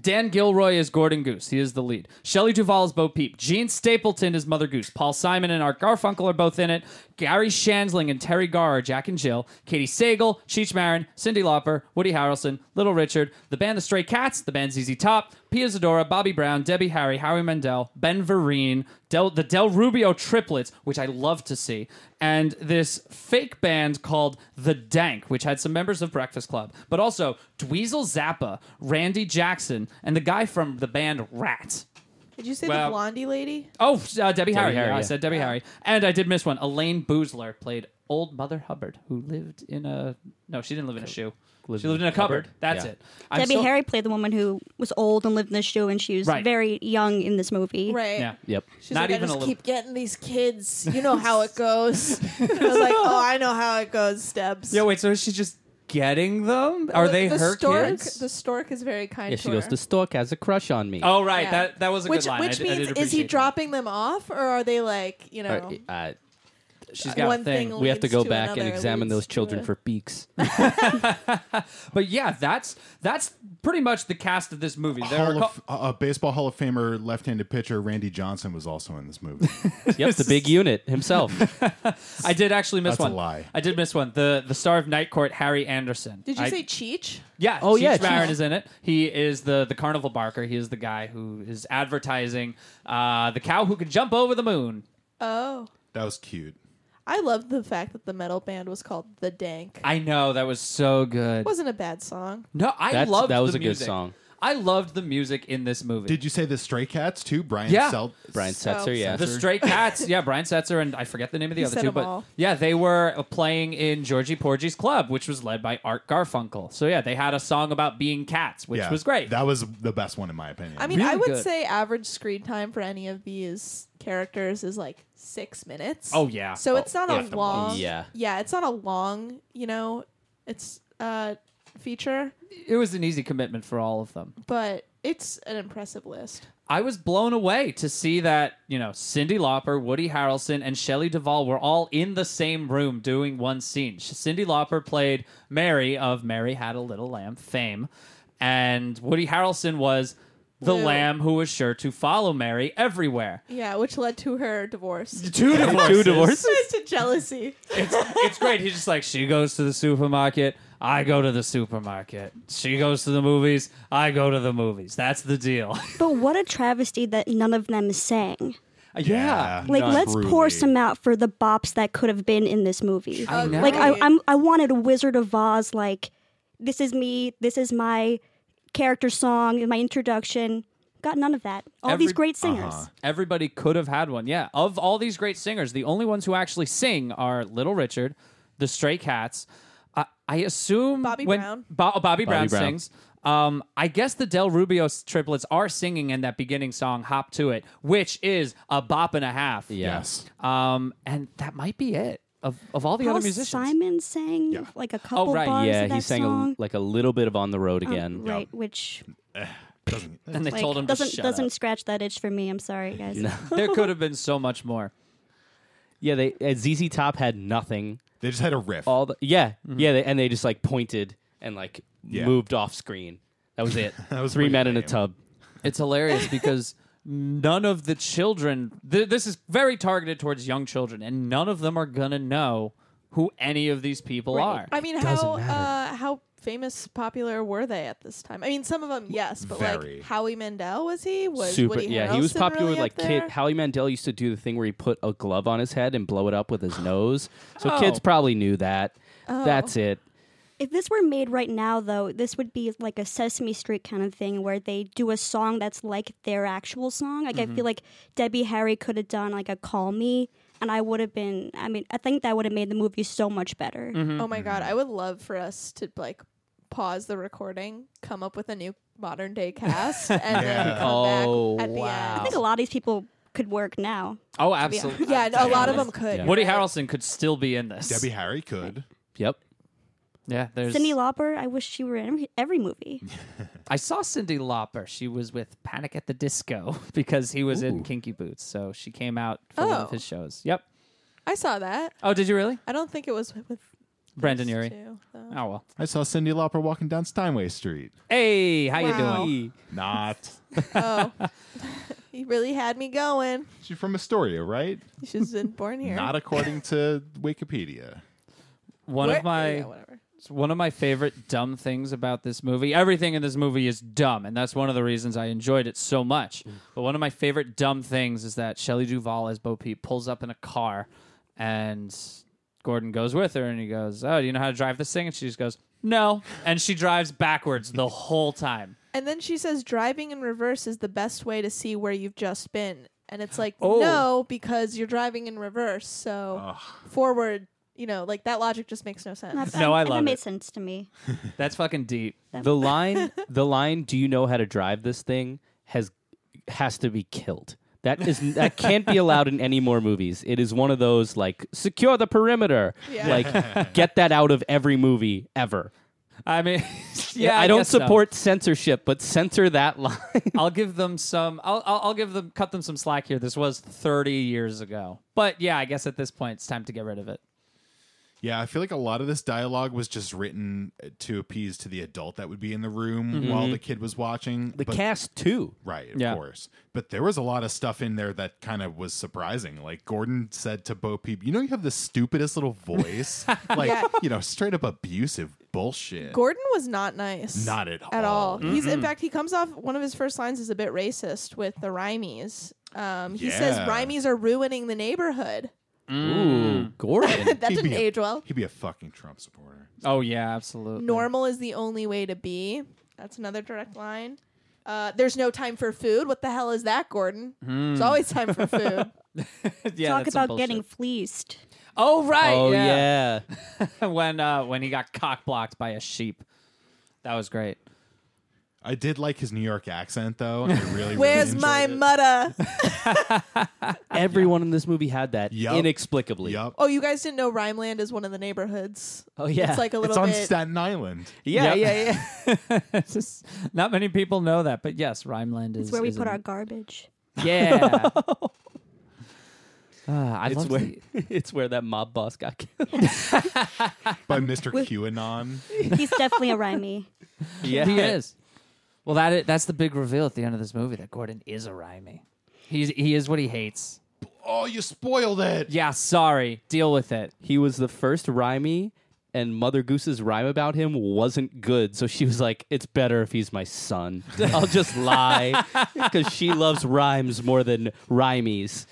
[SPEAKER 3] Dan Gilroy is Gordon Goose. He is the lead. Shelley Duvall is Bo Peep. Gene Stapleton is Mother Goose. Paul Simon and Art Garfunkel are both in it. Gary Shansling and Terry Garr are Jack and Jill. Katie Sagal, Cheech Marin, Cindy Lauper, Woody Harrelson, Little Richard, the band The Stray Cats, the band ZZ Top, Pia Zadora, Bobby Brown, Debbie Harry, Howie Mandel, Ben Vereen, Del, the Del Rubio triplets, which I love to see, and this fake band called The Dank, which had some members of Breakfast Club, but also Dweezil Zappa, Randy Jackson, and the guy from the band Rat.
[SPEAKER 2] Did you say
[SPEAKER 3] Well-
[SPEAKER 2] the blondie lady?
[SPEAKER 3] Oh, uh, Debbie, Harry.
[SPEAKER 4] Harry,
[SPEAKER 3] yeah, I
[SPEAKER 4] yeah.
[SPEAKER 3] said Debbie Harry. And I did miss one. Elaine Boozler played old Mother Hubbard, who lived in a. No, she didn't live in a shoe.
[SPEAKER 4] Lived
[SPEAKER 3] she lived in a cupboard. That's
[SPEAKER 4] Yeah.
[SPEAKER 3] it. I'm
[SPEAKER 6] Debbie
[SPEAKER 3] so-
[SPEAKER 6] Harry played the woman who was old and lived in the shoe, and she was
[SPEAKER 3] Right.
[SPEAKER 6] very young in this movie.
[SPEAKER 2] Right.
[SPEAKER 3] oh, Yeah.
[SPEAKER 4] Yep.
[SPEAKER 2] She's
[SPEAKER 3] Not
[SPEAKER 2] like,
[SPEAKER 3] even
[SPEAKER 2] I just
[SPEAKER 3] a little-
[SPEAKER 2] keep getting these kids. You know how
[SPEAKER 3] (laughs)
[SPEAKER 2] it goes. I was like, oh, I know how it goes, Steps.
[SPEAKER 3] Yeah, wait, so is she just getting them? Are they
[SPEAKER 2] the
[SPEAKER 3] her
[SPEAKER 2] stork,
[SPEAKER 3] kids?
[SPEAKER 2] The stork is very kind
[SPEAKER 4] Yeah,
[SPEAKER 2] to
[SPEAKER 4] she
[SPEAKER 2] her.
[SPEAKER 4] goes, The stork has a crush on me.
[SPEAKER 3] Oh right,
[SPEAKER 2] Yeah.
[SPEAKER 3] that that was a
[SPEAKER 2] which
[SPEAKER 3] good line. I
[SPEAKER 2] which
[SPEAKER 3] did- I
[SPEAKER 2] means
[SPEAKER 3] did
[SPEAKER 2] is he
[SPEAKER 3] appreciate that.
[SPEAKER 2] dropping them off or are they like you know?
[SPEAKER 4] All right, uh,
[SPEAKER 3] She's got
[SPEAKER 2] one
[SPEAKER 3] a thing.
[SPEAKER 2] thing
[SPEAKER 4] we have to
[SPEAKER 2] leads
[SPEAKER 4] go
[SPEAKER 2] to
[SPEAKER 4] back and
[SPEAKER 2] another,
[SPEAKER 4] examine
[SPEAKER 2] leads
[SPEAKER 4] those
[SPEAKER 2] to
[SPEAKER 4] children
[SPEAKER 2] a-
[SPEAKER 4] for beaks.
[SPEAKER 3] But yeah, that's that's pretty much the cast of this movie. There are
[SPEAKER 1] Hall
[SPEAKER 3] co-
[SPEAKER 1] of, uh, baseball Hall of Famer left-handed pitcher Randy Johnson was also in this (laughs) movie.
[SPEAKER 4] yep, the big unit himself.
[SPEAKER 2] (laughs)
[SPEAKER 3] I did actually miss
[SPEAKER 1] That's a
[SPEAKER 3] one.
[SPEAKER 1] lie.
[SPEAKER 3] I did miss one. The the star of Night Court, Harry Anderson.
[SPEAKER 2] Did you
[SPEAKER 3] I-
[SPEAKER 2] say Cheech?
[SPEAKER 3] Yeah.
[SPEAKER 4] Oh,
[SPEAKER 3] Cheech
[SPEAKER 4] yeah,
[SPEAKER 3] Marin
[SPEAKER 4] Cheech.
[SPEAKER 3] is in it. He is the the carnival barker. He is the guy who is advertising uh, the cow who can jump over the moon.
[SPEAKER 2] Oh,
[SPEAKER 1] that was cute.
[SPEAKER 2] I loved the fact that the metal band was called The Dank.
[SPEAKER 3] I know that was so good.
[SPEAKER 2] wasn't a bad song.
[SPEAKER 3] no, I
[SPEAKER 4] That's-
[SPEAKER 3] loved
[SPEAKER 4] that was
[SPEAKER 3] the
[SPEAKER 4] a good
[SPEAKER 3] music.
[SPEAKER 4] song.
[SPEAKER 3] I loved the music in this movie.
[SPEAKER 1] Did you say the Stray Cats too? Brian
[SPEAKER 3] Yeah.
[SPEAKER 1] Sel-
[SPEAKER 4] Brian
[SPEAKER 2] So-
[SPEAKER 4] Setzer, yeah.
[SPEAKER 1] (laughs)
[SPEAKER 3] The Stray Cats, yeah, Brian Setzer and I forget the name of the
[SPEAKER 2] He
[SPEAKER 3] other
[SPEAKER 2] said
[SPEAKER 3] two,
[SPEAKER 2] them
[SPEAKER 3] but
[SPEAKER 2] all.
[SPEAKER 3] yeah, they were uh, playing in Georgie Porgy's club, which was led by Art Garfunkel. So yeah, they had a song about being cats, which
[SPEAKER 1] Yeah,
[SPEAKER 3] was great.
[SPEAKER 1] That was the best one in my opinion.
[SPEAKER 2] I mean,
[SPEAKER 3] Really
[SPEAKER 2] I would
[SPEAKER 3] good.
[SPEAKER 2] say average screen time for any of these characters is like six minutes.
[SPEAKER 3] Oh, yeah.
[SPEAKER 2] So
[SPEAKER 3] Oh,
[SPEAKER 2] it's not
[SPEAKER 1] at
[SPEAKER 2] a
[SPEAKER 1] the
[SPEAKER 2] long.
[SPEAKER 4] most. Yeah.
[SPEAKER 2] Yeah, it's not a long. You know, it's uh feature,
[SPEAKER 3] it was an easy commitment for all of them.
[SPEAKER 2] but it's an impressive list.
[SPEAKER 3] I was blown away to see that, you know, Cindy Lauper, Woody Harrelson, and Shelley Duvall were all in the same room doing one scene. Sh- Cindy Lauper played Mary of Mary Had a Little Lamb fame, and Woody Harrelson was the
[SPEAKER 2] Lou.
[SPEAKER 3] lamb who was sure to follow Mary everywhere.
[SPEAKER 2] Yeah, which led to her divorce.
[SPEAKER 3] Two
[SPEAKER 2] (laughs)
[SPEAKER 3] divorces.
[SPEAKER 2] Led to jealousy.
[SPEAKER 3] it's great. He's just like, she goes to the supermarket, I go to the supermarket. She goes to the movies, I go to the movies. That's the deal.
[SPEAKER 6] But what a travesty that none of them sang.
[SPEAKER 1] Yeah.
[SPEAKER 6] Like,
[SPEAKER 1] Not
[SPEAKER 6] let's pour
[SPEAKER 1] truly.
[SPEAKER 6] some out for the bops that could have been in this movie.
[SPEAKER 3] I know.
[SPEAKER 6] Like, I, I'm, I wanted a Wizard of Oz, like, this is me, this is my character song, my introduction. Got none of that. All
[SPEAKER 3] Every-
[SPEAKER 6] these great singers.
[SPEAKER 3] Everybody could have had one. Yeah. Of all these great singers, the only ones who actually sing are Little Richard, the Stray Cats. I I assume
[SPEAKER 2] Bobby
[SPEAKER 3] when
[SPEAKER 2] Brown.
[SPEAKER 3] Bo- oh, Bobby, Brown,
[SPEAKER 4] Brown.
[SPEAKER 3] sings. Um, I guess the Del Rubio s- triplets are singing in that beginning song, "Hop to It," which is a bop and a half.
[SPEAKER 1] Yes.
[SPEAKER 3] Um, and that might be it of of all the
[SPEAKER 6] Paul
[SPEAKER 3] other musicians. Oh,
[SPEAKER 6] Simon sang
[SPEAKER 1] Yeah.
[SPEAKER 6] like a couple
[SPEAKER 3] right,
[SPEAKER 6] bars
[SPEAKER 4] Yeah,
[SPEAKER 6] of
[SPEAKER 4] he
[SPEAKER 6] that
[SPEAKER 4] sang
[SPEAKER 6] song.
[SPEAKER 4] a, Mm, like a little bit of On the Road again.
[SPEAKER 6] right, which
[SPEAKER 1] Doesn't-
[SPEAKER 3] And they
[SPEAKER 6] like,
[SPEAKER 3] told him
[SPEAKER 6] doesn't
[SPEAKER 3] to shut
[SPEAKER 6] doesn't (laughs)
[SPEAKER 3] up.
[SPEAKER 6] scratch that itch for me. I'm sorry, guys.
[SPEAKER 3] there could have been so much more.
[SPEAKER 4] Yeah, they uh, ZZ Top had nothing.
[SPEAKER 1] They just had a riff.
[SPEAKER 4] All the yeah, yeah, they, and they just like pointed and like
[SPEAKER 1] Mm-hmm. Yeah.
[SPEAKER 4] moved off screen. That was it.
[SPEAKER 1] (laughs) That was
[SPEAKER 4] three
[SPEAKER 1] pretty
[SPEAKER 4] men in a
[SPEAKER 1] lame.
[SPEAKER 4] tub.
[SPEAKER 2] (laughs)
[SPEAKER 3] It's hilarious because none of the children, th- this is very targeted towards young children, and none of them are going to know who any of these people are.
[SPEAKER 2] I mean, how uh, how how famous, popular were they at this time? I mean, some of them, yes, but
[SPEAKER 1] Very.
[SPEAKER 2] like Howie Mandel was he? Was
[SPEAKER 4] Super.
[SPEAKER 2] Woody
[SPEAKER 4] yeah, he was
[SPEAKER 2] Harrelson
[SPEAKER 4] popular
[SPEAKER 2] really
[SPEAKER 4] with like
[SPEAKER 2] up there?
[SPEAKER 4] kid. Howie Mandel used to do the thing where he put a glove on his head and blow it up
[SPEAKER 2] (gasps)
[SPEAKER 4] with his nose. So
[SPEAKER 3] Oh.
[SPEAKER 4] kids probably knew that.
[SPEAKER 2] Oh.
[SPEAKER 4] That's it.
[SPEAKER 6] If this were made right now, though, this would be like a Sesame Street kind of thing where they do a song that's like their actual song. Like,
[SPEAKER 3] Mm-hmm.
[SPEAKER 6] I feel like Debbie Harry could have done like a Call Me, and I would have been, I mean, I think that would have made the movie so much better.
[SPEAKER 3] Mm-hmm.
[SPEAKER 2] Oh my
[SPEAKER 4] mm.
[SPEAKER 2] god, I would love for us to like pause the recording, come up with a new modern day cast, and then
[SPEAKER 1] Yeah.
[SPEAKER 2] come
[SPEAKER 4] Oh,
[SPEAKER 2] back at the
[SPEAKER 4] wow.
[SPEAKER 2] end.
[SPEAKER 6] I think a lot of these people could work now.
[SPEAKER 2] To
[SPEAKER 3] Oh,
[SPEAKER 2] be honest.
[SPEAKER 3] absolutely.
[SPEAKER 2] Yeah, a lot of them
[SPEAKER 4] honest.
[SPEAKER 2] could.
[SPEAKER 3] (laughs)
[SPEAKER 4] Yeah.
[SPEAKER 3] Woody Harrelson could still be in this.
[SPEAKER 1] Debbie Harry could.
[SPEAKER 4] Yep.
[SPEAKER 3] Yeah, there's.
[SPEAKER 6] Cindy Lauper, I wish she were in every,
[SPEAKER 3] (laughs)
[SPEAKER 6] every movie.
[SPEAKER 3] I saw Cindy Lauper. She was with Panic at the Disco (laughs) because he was in Kinky Boots, so she came out for one of
[SPEAKER 2] Oh.
[SPEAKER 3] his shows. Yep.
[SPEAKER 2] I saw that.
[SPEAKER 3] Oh, did you really?
[SPEAKER 2] I don't think it was with
[SPEAKER 3] Brandon
[SPEAKER 2] these
[SPEAKER 3] Urie.
[SPEAKER 2] two, though.
[SPEAKER 3] Oh well.
[SPEAKER 1] I saw Cindy Lauper walking down Steinway Street.
[SPEAKER 3] Hey, how
[SPEAKER 2] Wow.
[SPEAKER 3] you doing?
[SPEAKER 1] Not. (laughs)
[SPEAKER 2] Oh, (laughs) he really had me going.
[SPEAKER 1] She's from Astoria, right?
[SPEAKER 2] She's been born here.
[SPEAKER 1] Not according to Wikipedia.
[SPEAKER 3] One
[SPEAKER 2] Where-
[SPEAKER 3] of my
[SPEAKER 2] yeah, whatever.
[SPEAKER 3] one of my favorite dumb things about this movie. Everything in this movie is dumb, and that's one of the reasons I enjoyed it so much.
[SPEAKER 4] Mm.
[SPEAKER 3] But one of my favorite dumb things is that Shelley Duvall as Bo Peep pulls up in a car, and Gordon goes with her, and he goes, "Oh, do you know how to drive this thing?" And she just goes, "No," and she drives backwards the whole time.
[SPEAKER 2] And then she says driving in reverse is the best way to see where you've just been. And it's like,
[SPEAKER 3] Oh.
[SPEAKER 2] no, because you're driving in reverse. So forward, you know, like that logic just makes no sense.
[SPEAKER 6] That's-
[SPEAKER 3] No, I
[SPEAKER 6] that
[SPEAKER 3] love
[SPEAKER 6] made
[SPEAKER 3] it.
[SPEAKER 6] sense to me.
[SPEAKER 3] That's fucking deep.
[SPEAKER 2] (laughs)
[SPEAKER 4] The line, the line. Do you know how to drive this thing? Has has to be killed. That is that can't be allowed in any more movies. It is one of those like secure the perimeter.
[SPEAKER 2] Yeah. (laughs)
[SPEAKER 4] Like get that out of every movie ever.
[SPEAKER 3] I mean, (laughs) yeah,
[SPEAKER 4] I, don't
[SPEAKER 3] guess so.
[SPEAKER 4] support censorship, but censor that line.
[SPEAKER 3] I'll give them some. I'll, I'll I'll give them cut them some slack here. This was 30 years ago, but yeah, I guess at this point it's time to get rid of it.
[SPEAKER 1] Yeah, I feel like a lot of this dialogue was just written uh, to appease to the adult that would be in the room
[SPEAKER 2] Mm-hmm.
[SPEAKER 1] while the kid was watching.
[SPEAKER 4] the
[SPEAKER 1] but-
[SPEAKER 4] cast too.
[SPEAKER 1] Right, of
[SPEAKER 3] Yeah.
[SPEAKER 1] course. But there was a lot of stuff in there that kind of was surprising. Like Gordon said to Bo Peep, "You know, you have the stupidest little
[SPEAKER 2] (laughs)
[SPEAKER 1] voice, like
[SPEAKER 2] Yeah.
[SPEAKER 1] you know, straight up abusive bullshit."
[SPEAKER 2] Gordon was not nice.
[SPEAKER 1] Not at
[SPEAKER 2] At all.
[SPEAKER 1] all.
[SPEAKER 2] He's in fact he comes off one of his first lines is a bit racist with the Rhymies. Um, he says
[SPEAKER 1] Yeah.
[SPEAKER 2] Rhymies are ruining the neighborhood.
[SPEAKER 4] Ooh,
[SPEAKER 2] (laughs)
[SPEAKER 4] Gordon.
[SPEAKER 2] That
[SPEAKER 1] He'd
[SPEAKER 2] didn't
[SPEAKER 1] be a-
[SPEAKER 2] age well.
[SPEAKER 1] He'd be a fucking Trump supporter.
[SPEAKER 3] Oh yeah, absolutely.
[SPEAKER 2] Normal is the only way to be. That's another direct line. Uh, there's no time for food. What the hell is that, Gordon? There's
[SPEAKER 1] Hmm.
[SPEAKER 2] always time
[SPEAKER 1] (laughs)
[SPEAKER 2] for food.
[SPEAKER 3] (laughs) yeah,
[SPEAKER 6] Talk
[SPEAKER 3] that's some
[SPEAKER 6] about
[SPEAKER 3] bullshit.
[SPEAKER 6] getting fleeced.
[SPEAKER 3] Oh right.
[SPEAKER 4] oh
[SPEAKER 3] yeah.
[SPEAKER 4] yeah.
[SPEAKER 3] (laughs) when uh, when he got cock blocked by a sheep, that was great.
[SPEAKER 1] I did like his New York accent, though.
[SPEAKER 2] (laughs)
[SPEAKER 1] I really,
[SPEAKER 2] Where's
[SPEAKER 1] really
[SPEAKER 2] my
[SPEAKER 1] enjoyed
[SPEAKER 2] mutta?
[SPEAKER 1] (laughs)
[SPEAKER 4] Everyone in this movie had that
[SPEAKER 1] Yup.
[SPEAKER 4] inexplicably.
[SPEAKER 1] it. Yup.
[SPEAKER 2] Oh, you guys didn't know Rhineland is one of the neighborhoods.
[SPEAKER 4] Oh yeah.
[SPEAKER 2] It's like a
[SPEAKER 1] It's
[SPEAKER 2] little
[SPEAKER 1] on
[SPEAKER 2] bit.
[SPEAKER 1] Staten Island.
[SPEAKER 4] yeah, (laughs) yeah, yeah.
[SPEAKER 3] (laughs) It's just- not many people know that, but yes, Rhineland is
[SPEAKER 6] It's where we
[SPEAKER 3] is
[SPEAKER 6] put
[SPEAKER 3] in-
[SPEAKER 6] our garbage.
[SPEAKER 3] (laughs)
[SPEAKER 6] (laughs)
[SPEAKER 3] yeah. Ah, I
[SPEAKER 4] it's
[SPEAKER 3] love
[SPEAKER 4] where
[SPEAKER 3] the-
[SPEAKER 4] (laughs) it's where that mob boss got killed.
[SPEAKER 1] by Mr. QAnon.
[SPEAKER 6] He's definitely a rhymey.
[SPEAKER 4] (laughs) yeah.
[SPEAKER 6] (laughs)
[SPEAKER 3] He is. Well, that i- that's the big reveal at the end of this movie that Gordon is a rhymey. He's he is what he hates.
[SPEAKER 1] Oh, you spoiled it.
[SPEAKER 3] Yeah, sorry. Deal with it.
[SPEAKER 4] He was the first rhymey, and Mother Goose's rhyme about him wasn't good. So she was like, "It's better if he's my son.
[SPEAKER 3] (laughs)
[SPEAKER 4] I'll just lie because she loves rhymes more than rhymies."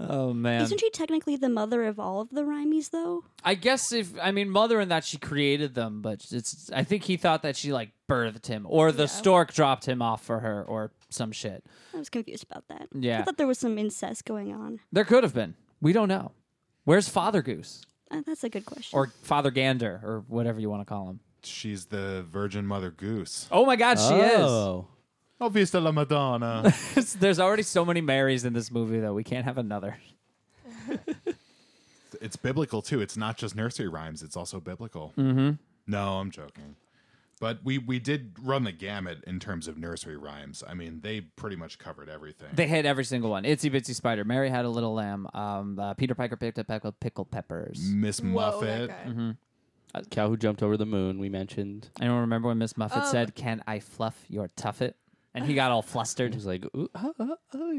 [SPEAKER 3] Oh man.
[SPEAKER 6] Isn't she technically the mother of all of the rhymies, though?
[SPEAKER 3] I guess if I mean mother in that she created them, but it's I think he thought that she like birthed him or the stork dropped him off for her or some shit.
[SPEAKER 6] I was confused about that.
[SPEAKER 3] Yeah.
[SPEAKER 6] I thought there was some incest going on.
[SPEAKER 3] There could have been. We don't know. Where's Father Goose
[SPEAKER 6] Uh, that's a good question.
[SPEAKER 3] or Father Gander or whatever you want to call him?
[SPEAKER 1] She's the Virgin Mother Goose.
[SPEAKER 3] Oh my God, she
[SPEAKER 4] oh.
[SPEAKER 1] Oh, Vista la Madonna.
[SPEAKER 3] is. (laughs) There's already so many Marys in this movie though. We can't have another.
[SPEAKER 1] (laughs) it's biblical too. It's not just nursery rhymes. It's also biblical. No, I'm joking. But we we did run the gamut in terms of nursery rhymes. I mean, they pretty much covered everything.
[SPEAKER 3] They had every single one. Itsy Bitsy Spider. Mary had a little lamb. Um, uh, Peter Piper picked a peck of pickled peppers.
[SPEAKER 1] Miss
[SPEAKER 2] Whoa, that
[SPEAKER 1] Muffet. Mm-hmm.
[SPEAKER 2] guy.
[SPEAKER 4] (laughs) Cow who Uh, jumped over the moon. We mentioned.
[SPEAKER 3] Anyone remember when Miss Muffet said, "Can I fluff your tuffet?" and he got all flustered.
[SPEAKER 4] He's like, Ooh,
[SPEAKER 3] (laughs)
[SPEAKER 4] ah, ah, ah."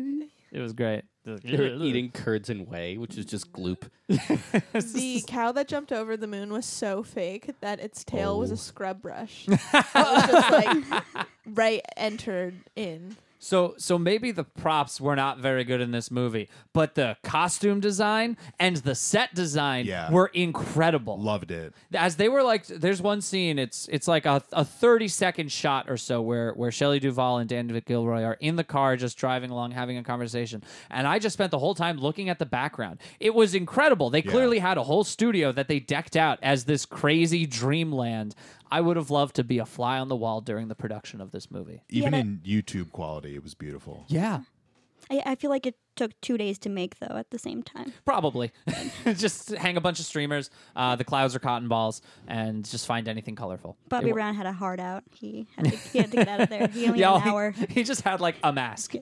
[SPEAKER 3] It was great.
[SPEAKER 4] they were eating curds and whey, which is just gloop.
[SPEAKER 2] The cow that jumped over the moon was so fake that its tail was a
[SPEAKER 4] Oh.
[SPEAKER 2] scrub brush.
[SPEAKER 4] (laughs)
[SPEAKER 2] it was just like right entered in.
[SPEAKER 3] So so maybe the props were not very good in this movie, but the costume design and the set design
[SPEAKER 1] Yeah.
[SPEAKER 3] were incredible.
[SPEAKER 1] Loved it.
[SPEAKER 3] as they were like there's one scene it's it's like a, a 30 second shot or so where where Shelley Duvall and Dan Gilroy are in the car just driving along having a conversation and I just spent the whole time looking at the background it was incredible they clearly had a whole studio that they decked out as this crazy dreamland I would have loved to be a fly on the wall during the production of this movie
[SPEAKER 1] Even
[SPEAKER 6] Yeah.
[SPEAKER 1] in YouTube quality, it was beautiful. (laughs)
[SPEAKER 3] yeah
[SPEAKER 6] I, I feel like it took two days to make though. At the same time,
[SPEAKER 3] probably (laughs) just hang a bunch of streamers uh, the clouds are cotton balls and just find anything colorful
[SPEAKER 6] Bobby
[SPEAKER 3] It wa-
[SPEAKER 6] Brown had a heart out. He had to, he had to get out of there.
[SPEAKER 3] (laughs)
[SPEAKER 6] He only
[SPEAKER 3] yeah,
[SPEAKER 6] had an hour.
[SPEAKER 3] he, he just had like a mask.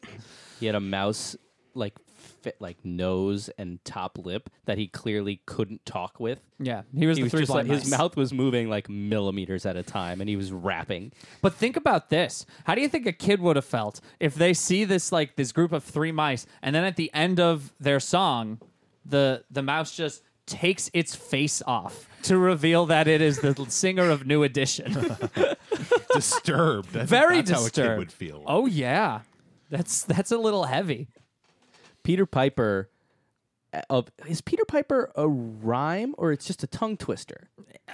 [SPEAKER 4] He had a mouse like fit like nose and top lip that he clearly couldn't talk with.
[SPEAKER 3] Yeah, he was
[SPEAKER 4] He
[SPEAKER 3] the
[SPEAKER 4] was
[SPEAKER 3] three
[SPEAKER 4] just like
[SPEAKER 3] blind
[SPEAKER 4] his
[SPEAKER 3] mice.
[SPEAKER 4] mouth was moving like millimeters at a time, and he was rapping.
[SPEAKER 3] But think about this: How do you think a kid would have felt if they see this like this group of three mice, and then at the end of their song, the the mouse just takes its face off to reveal that it is the (laughs) singer of New Edition.
[SPEAKER 1] disturbed. I think
[SPEAKER 3] Very
[SPEAKER 1] that's How a kid
[SPEAKER 3] disturbed.
[SPEAKER 1] would feel.
[SPEAKER 3] oh yeah, that's that's a little heavy.
[SPEAKER 4] Peter Piper. uh, Of, is Peter Piper a rhyme or it's just a tongue twister?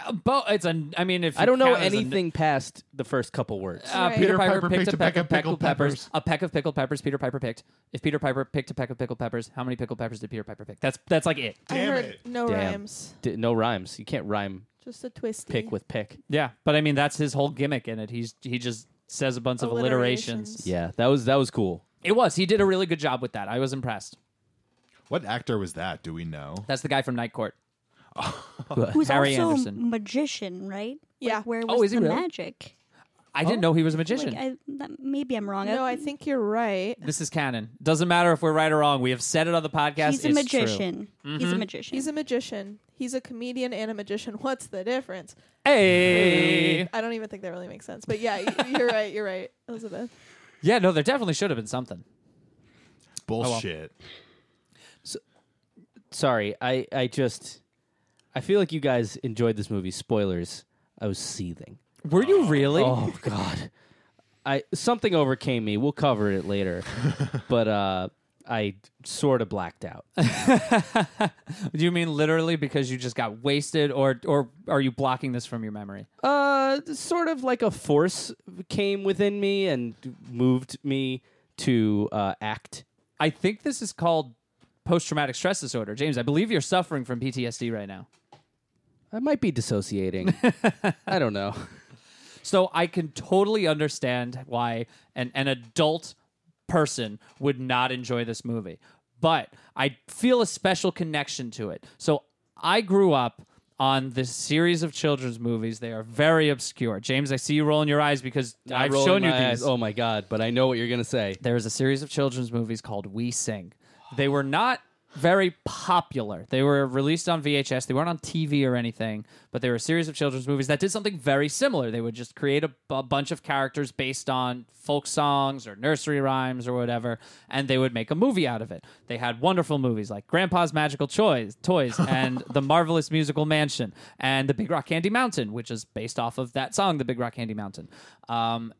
[SPEAKER 3] Uh, Bo, it's a. I mean, if
[SPEAKER 4] I
[SPEAKER 3] you
[SPEAKER 4] don't know
[SPEAKER 3] count as a-
[SPEAKER 4] anything past the first couple words.
[SPEAKER 3] Uh,
[SPEAKER 2] Right.
[SPEAKER 3] Peter Piper picked, a peck of pickled peppers.
[SPEAKER 1] peppers.
[SPEAKER 3] A peck of pickled peppers. Peter Piper picked. If Peter Piper picked a peck of pickled peppers, how many pickled peppers did Peter Piper pick? That's that's like it.
[SPEAKER 1] Damn
[SPEAKER 2] I heard
[SPEAKER 1] it.
[SPEAKER 2] no
[SPEAKER 4] Damn.
[SPEAKER 2] rhymes.
[SPEAKER 4] D- no rhymes. You can't rhyme
[SPEAKER 2] Just a twisty.
[SPEAKER 4] pick with pick.
[SPEAKER 3] Yeah, but I mean that's his whole gimmick in it. He's he just says a bunch of alliterations.
[SPEAKER 2] Alliterations.
[SPEAKER 4] Yeah, that was that was cool.
[SPEAKER 3] It was. He did a really good job with that. I was impressed.
[SPEAKER 1] What actor was that? Do we know?
[SPEAKER 3] That's the guy from Night Court.
[SPEAKER 6] Who's
[SPEAKER 3] Harry
[SPEAKER 6] also
[SPEAKER 3] Anderson.
[SPEAKER 6] a magician, right?
[SPEAKER 2] Yeah.
[SPEAKER 6] Like, where was
[SPEAKER 3] Oh, is he
[SPEAKER 6] the
[SPEAKER 3] really?
[SPEAKER 6] magic?
[SPEAKER 3] I didn't know he was a
[SPEAKER 6] Oh. Like,
[SPEAKER 3] magician.
[SPEAKER 6] I, that, maybe I'm wrong.
[SPEAKER 2] No, I think you're right.
[SPEAKER 3] this is canon. Doesn't matter if we're right or wrong. We have said it on the podcast.
[SPEAKER 6] he's a
[SPEAKER 3] It's true. Mm-hmm.
[SPEAKER 6] magician. He's a magician.
[SPEAKER 2] He's a magician. He's a comedian and a magician. (laughs) What's the difference?
[SPEAKER 3] Hey.
[SPEAKER 2] I don't even think that really makes sense. But yeah, y- you're right. You're right, Elizabeth.
[SPEAKER 3] Yeah, no, there definitely should have been something.
[SPEAKER 1] Bullshit.
[SPEAKER 4] Sorry, I I just I feel like you guys enjoyed this movie. Spoilers. I was seething.
[SPEAKER 3] Were you really?
[SPEAKER 4] Oh God, I something overcame me. We'll cover it (laughs) later, but uh, I sort of blacked out.
[SPEAKER 3] (laughs) Do you mean literally because you just got wasted, or or are you blocking this from your memory?
[SPEAKER 4] Uh, sort of like a force came within me and moved me to uh, act.
[SPEAKER 3] I think this is called post traumatic stress disorder. James, I believe you're suffering from PTSD right now.
[SPEAKER 4] I might be (laughs) dissociating. I don't know.
[SPEAKER 3] So I can totally understand why an, an adult person would not enjoy this movie. But I feel a special connection to it. So I grew up on this series of children's movies. They are very obscure. James, I see you rolling your eyes because
[SPEAKER 4] I'm
[SPEAKER 3] I've
[SPEAKER 4] rolling
[SPEAKER 3] shown you
[SPEAKER 4] my eyes.
[SPEAKER 3] these.
[SPEAKER 4] Oh my God! But I know what you're gonna say.
[SPEAKER 3] there was a series of children's movies called We Sing. They were not very popular. They were released on VHS. They weren't on TV or anything, but they were a series of children's movies that did something very similar. They would just create a, bu- bunch of characters based on folk songs or nursery rhymes or whatever, and they would make a movie out of it. They had wonderful movies like Grandpa's Magical Toys, Toys and The Marvelous Musical Mansion and The Big Rock Candy Mountain, which is based off of that song, The Big Rock Candy Mountain. Um,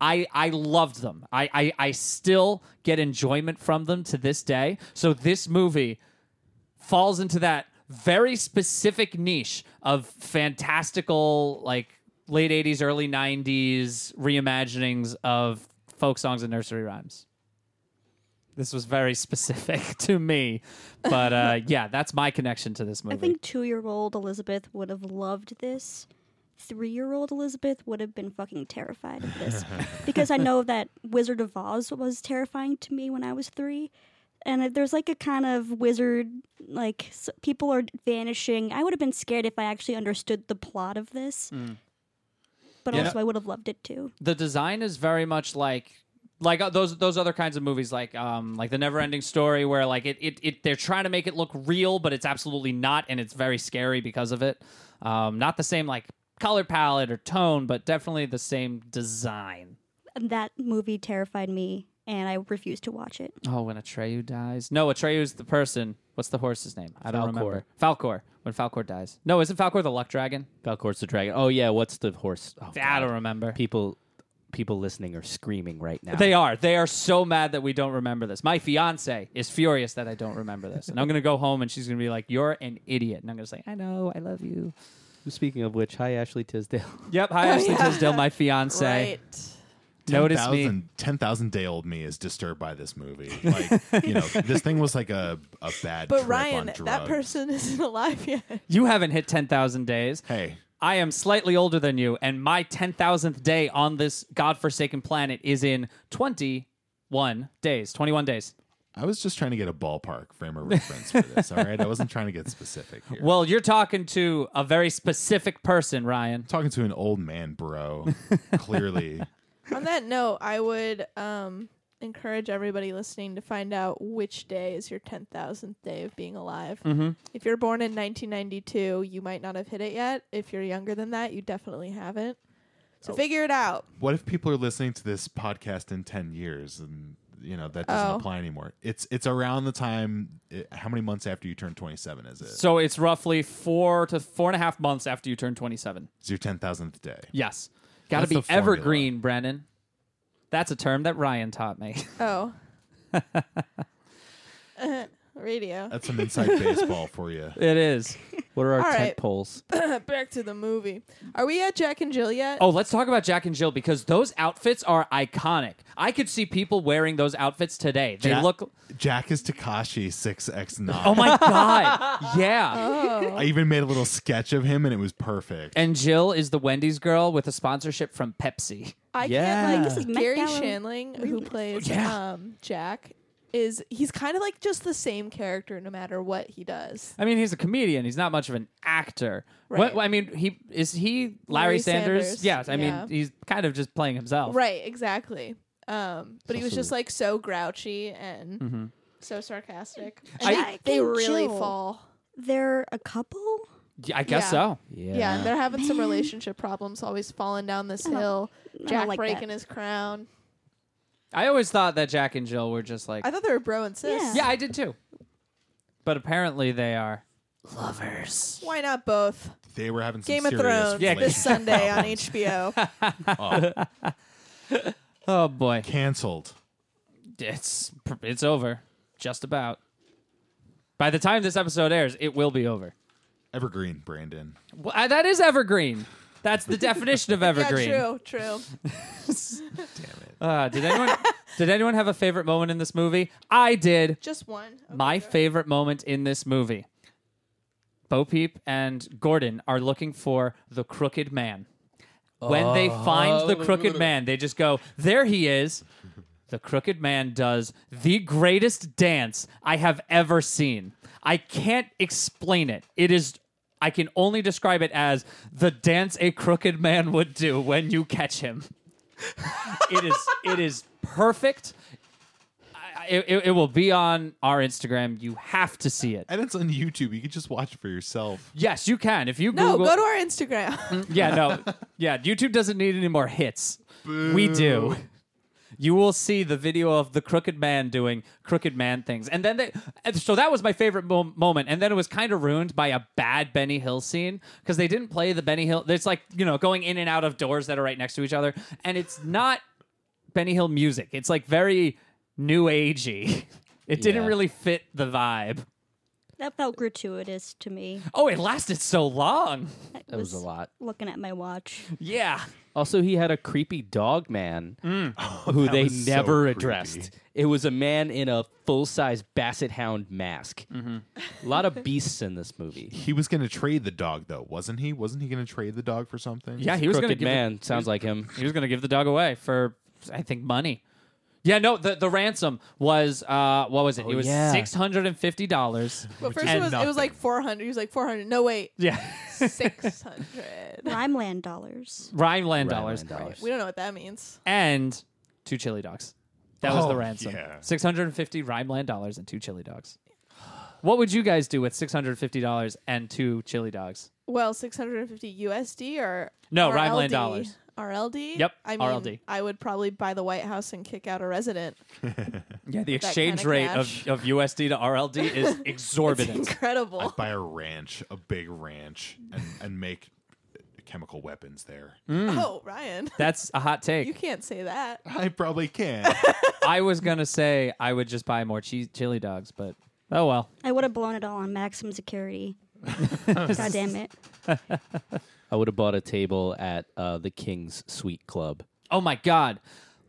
[SPEAKER 3] I, I loved them. I, I, I still get enjoyment from them to this day. So this movie falls into that very specific niche of fantastical, like late 80s, early 90s reimaginings of folk songs and nursery rhymes. This was very (laughs) specific to me. But uh, yeah, that's my connection to this movie.
[SPEAKER 6] I think two year old Elizabeth would have loved this. Three year old Elizabeth would have been fucking terrified of this. because I know that Wizard of Oz was terrifying to me when I was three. And if there's like a kind of wizard, like s people are vanishing. I would have been scared if I actually understood the plot of this. But
[SPEAKER 1] Yeah.
[SPEAKER 6] also, I would have loved it too.
[SPEAKER 3] the design is very much like like uh, those those other kinds of movies like um like the never ending story where like it, it it they're trying to make it look real but it's absolutely not and it's very scary because of it um not the same like color palette or tone but definitely the same design
[SPEAKER 6] that movie terrified me, and I refused to watch it.
[SPEAKER 3] Oh, when Atreyu dies. No, Atreyu's the person. What's the horse's name? I don't
[SPEAKER 4] Falcor.
[SPEAKER 3] remember. Falcor. When Falcor dies. No, isn't Falcor the luck dragon?
[SPEAKER 4] Falcor's the dragon. Oh yeah, what's the horse? Oh,
[SPEAKER 3] I
[SPEAKER 4] God.
[SPEAKER 3] don't remember.
[SPEAKER 4] People, people listening are screaming right now.
[SPEAKER 3] They are. They are so mad that we don't remember this. My fiance is furious that I don't remember this. And I'm going to go home and she's going to be like, You're an idiot. And I'm going to say, I know. I love you.
[SPEAKER 4] Speaking of which, hi Ashley Tisdale. (laughs)
[SPEAKER 3] Yep. Hi, Ashley
[SPEAKER 2] yeah.
[SPEAKER 3] Tisdale, my fiance.
[SPEAKER 2] Right.
[SPEAKER 3] Notice me.
[SPEAKER 1] 10,000 day old me is disturbed by this movie. Like,
[SPEAKER 3] (laughs)
[SPEAKER 1] you know, this thing was like a, a bad trip
[SPEAKER 2] But
[SPEAKER 1] on
[SPEAKER 2] Ryan, that
[SPEAKER 1] drugs.
[SPEAKER 2] person (laughs) isn't alive yet.
[SPEAKER 3] You haven't hit 10,000 days.
[SPEAKER 1] Hey,
[SPEAKER 3] I am slightly older than you, and my 10,000th day on this godforsaken planet is in 21 days. 21 days.
[SPEAKER 1] I was just trying to get a ballpark frame of reference for this, all right? I wasn't trying to get specific here.
[SPEAKER 3] Well, you're talking to a very specific person, Ryan.
[SPEAKER 1] Talking to an old man, bro.
[SPEAKER 3] (laughs)
[SPEAKER 1] Clearly,
[SPEAKER 2] On that note, I would um, encourage everybody listening to find out which day is your 10,000th day of being alive.
[SPEAKER 1] Mm-hmm.
[SPEAKER 2] If you're born in 1992, you might not have hit it yet. If you're younger than that, you definitely haven't.
[SPEAKER 1] Oh.
[SPEAKER 2] So figure it out.
[SPEAKER 1] what if people are listening to this podcast in 10 years and you know that doesn't
[SPEAKER 2] Oh.
[SPEAKER 1] apply anymore it's it's around the time it, how many months after you turn 27 is it
[SPEAKER 3] So it's roughly four to four and a half months after you turn 27.
[SPEAKER 1] it's your 10000th day
[SPEAKER 3] Yes. Got to
[SPEAKER 1] That's
[SPEAKER 3] be
[SPEAKER 1] the formula.
[SPEAKER 3] evergreen, Brennan. That's a term that Ryan taught me. (laughs)
[SPEAKER 1] (laughs)
[SPEAKER 2] Oh. (laughs) Radio.
[SPEAKER 1] that's some inside baseball for you
[SPEAKER 3] it is.
[SPEAKER 4] What are our
[SPEAKER 2] All
[SPEAKER 4] tent
[SPEAKER 2] right.
[SPEAKER 4] poles?
[SPEAKER 1] Uh,
[SPEAKER 2] Back to the movie. Are we at Jack and Jill yet?
[SPEAKER 3] Oh, let's talk about Jack and Jill because those outfits are iconic. I could see people wearing those outfits today. They
[SPEAKER 1] Jack-
[SPEAKER 3] look.
[SPEAKER 1] jack is takashi 6x9 (laughs)
[SPEAKER 3] Oh my god! Yeah.
[SPEAKER 1] i even made a little sketch of him and it was perfect
[SPEAKER 3] And Jill is the Wendy's girl with a sponsorship from Pepsi.
[SPEAKER 2] I
[SPEAKER 4] Yeah.
[SPEAKER 2] can't like
[SPEAKER 4] This
[SPEAKER 6] is Met
[SPEAKER 2] Gary
[SPEAKER 6] Gala
[SPEAKER 2] Shanling, who plays
[SPEAKER 3] Yeah.
[SPEAKER 2] um, Jack, is he's kind of like just the same character no matter what he does.
[SPEAKER 3] I mean, he's a comedian. He's not much of an actor.
[SPEAKER 2] Right.
[SPEAKER 3] What, I mean, he is he Larry,
[SPEAKER 2] Larry
[SPEAKER 3] Sanders?
[SPEAKER 2] Sanders,
[SPEAKER 3] Yes. I
[SPEAKER 2] yeah.
[SPEAKER 3] mean, he's kind of just playing himself.
[SPEAKER 2] Right, exactly. Um, but he was
[SPEAKER 4] also-
[SPEAKER 2] just like so grouchy and so sarcastic.
[SPEAKER 3] I-
[SPEAKER 2] And
[SPEAKER 6] Jack
[SPEAKER 2] they
[SPEAKER 6] and
[SPEAKER 2] really
[SPEAKER 6] Jill.
[SPEAKER 2] fall.
[SPEAKER 6] They're a couple.
[SPEAKER 3] (laughs) Yeah, I guess
[SPEAKER 2] Yeah.
[SPEAKER 3] so.
[SPEAKER 4] Yeah.
[SPEAKER 2] Yeah. and they're having some relationship problems, always falling down this hill.
[SPEAKER 6] don't
[SPEAKER 2] Jack
[SPEAKER 6] like that.
[SPEAKER 2] breaking his crown.
[SPEAKER 3] I always thought that Jack and Jill were just like.
[SPEAKER 2] I thought they were bro and sis.
[SPEAKER 6] Yeah.
[SPEAKER 3] (laughs) yeah, I did too. But apparently they are lovers.
[SPEAKER 2] Why not both?
[SPEAKER 1] they were having some
[SPEAKER 2] Game of
[SPEAKER 1] serious
[SPEAKER 2] Thrones
[SPEAKER 3] Yeah,
[SPEAKER 2] this
[SPEAKER 1] relationship
[SPEAKER 2] Sunday on HBO.
[SPEAKER 1] problems. Oh,
[SPEAKER 3] Oh boy,
[SPEAKER 1] canceled
[SPEAKER 3] it's it's over, just about. By the time this episode airs, it will be over.
[SPEAKER 1] evergreen brandon
[SPEAKER 3] Well, I- that is evergreen. That's the definition (laughs) of evergreen.
[SPEAKER 2] yeah, true, true.
[SPEAKER 3] Uh, did anyone did anyone have a favorite moment in this movie? I did.
[SPEAKER 2] Just one. Okay,
[SPEAKER 3] My
[SPEAKER 2] go.
[SPEAKER 3] favorite moment in this movie. Bo Peep and Gordon are looking for the crooked man. When they find the crooked man, they just go, "There he is." The crooked man does the greatest dance I have ever seen. I can't explain it. It is I can only describe it as the dance a crooked man would do when you catch him. (laughs) it is it is perfect. I- I- It, it, it will be on our Instagram. You have to see it.
[SPEAKER 1] and it's on youtube you can just watch it for yourself
[SPEAKER 3] Yes, you can. If you
[SPEAKER 2] No,
[SPEAKER 3] Google, Mm,
[SPEAKER 2] go to our
[SPEAKER 3] (laughs)
[SPEAKER 2] Instagram.
[SPEAKER 3] yeah, no, yeah. YouTube doesn't need any more hits. We do. You will see the video of the crooked man doing crooked man things, and then they. and So that was my favorite mo- moment, and then it was kind of ruined by a bad Benny Hill scene because they didn't play the Benny Hill. It's like you know going in and out of doors that are right next to each other, and it's not Benny Hill music. It's like very new agey. (laughs) It didn't
[SPEAKER 4] Yeah.
[SPEAKER 3] really fit the vibe.
[SPEAKER 6] That felt gratuitous to me.
[SPEAKER 3] Oh, it lasted so long.
[SPEAKER 6] That
[SPEAKER 4] That was a lot.
[SPEAKER 6] Looking at my
[SPEAKER 3] (laughs)
[SPEAKER 6] watch.
[SPEAKER 3] Yeah.
[SPEAKER 4] Also, he had a creepy dog man
[SPEAKER 3] (laughs) Oh,
[SPEAKER 4] who
[SPEAKER 1] that
[SPEAKER 4] they
[SPEAKER 1] was so
[SPEAKER 4] never
[SPEAKER 1] creepy.
[SPEAKER 4] addressed. It was a man in a full-size basset hound mask. A lot of beasts in this movie.
[SPEAKER 1] he was going to trade the dog though wasn't he wasn't he going to trade the dog for something
[SPEAKER 3] Yeah, he was going to
[SPEAKER 4] crooked
[SPEAKER 3] give
[SPEAKER 4] man
[SPEAKER 3] the,
[SPEAKER 4] sounds like him.
[SPEAKER 3] he was going to give the dog away for I think money. Yeah, no, the, the ransom was uh what was it? it was
[SPEAKER 4] yeah.
[SPEAKER 3] six hundred and fifty dollars.
[SPEAKER 2] but first
[SPEAKER 1] is
[SPEAKER 2] it was, it was
[SPEAKER 1] nothing.
[SPEAKER 2] like 400. He was like 400. No,
[SPEAKER 3] (laughs)
[SPEAKER 2] wait,
[SPEAKER 3] Yeah.
[SPEAKER 2] 600.
[SPEAKER 6] Rhineland dollars.
[SPEAKER 3] Rhineland dollars.
[SPEAKER 4] dollars.
[SPEAKER 2] we don't know what that means.
[SPEAKER 3] And two chili dogs. That was
[SPEAKER 1] Oh,
[SPEAKER 3] the ransom.
[SPEAKER 1] yeah.
[SPEAKER 3] Six hundred and fifty Rhineland dollars and two chili dogs. What would you guys do with six hundred and fifty dollars and two chili dogs?
[SPEAKER 2] Well, 650 USD or
[SPEAKER 3] No,
[SPEAKER 2] or
[SPEAKER 3] Rhineland
[SPEAKER 2] LD?
[SPEAKER 3] dollars.
[SPEAKER 2] RLD.
[SPEAKER 3] Yep,
[SPEAKER 2] I mean,
[SPEAKER 3] RLD.
[SPEAKER 2] I would probably buy the White House and kick out a resident.
[SPEAKER 3] (laughs) Yeah, the
[SPEAKER 2] that
[SPEAKER 3] exchange
[SPEAKER 2] kinda
[SPEAKER 3] rate
[SPEAKER 2] cash.
[SPEAKER 3] of, of USD to
[SPEAKER 2] (laughs)
[SPEAKER 3] RLD is
[SPEAKER 2] It's
[SPEAKER 3] exorbitant.
[SPEAKER 2] incredible.
[SPEAKER 1] buy a ranch, a big ranch, and, and make chemical weapons there.
[SPEAKER 3] Mm.
[SPEAKER 2] Oh, Ryan,
[SPEAKER 3] That's a hot
[SPEAKER 2] you
[SPEAKER 3] take.
[SPEAKER 2] can't say that.
[SPEAKER 1] I probably
[SPEAKER 3] (laughs)
[SPEAKER 1] can.
[SPEAKER 3] I was gonna say I would just buy more cheese chili dogs, but oh well.
[SPEAKER 6] I would have blown it all on
[SPEAKER 3] (laughs)
[SPEAKER 6] maximum security. God damn it.
[SPEAKER 4] I would have bought a table at uh, the King's Suite Club.
[SPEAKER 3] Oh my God,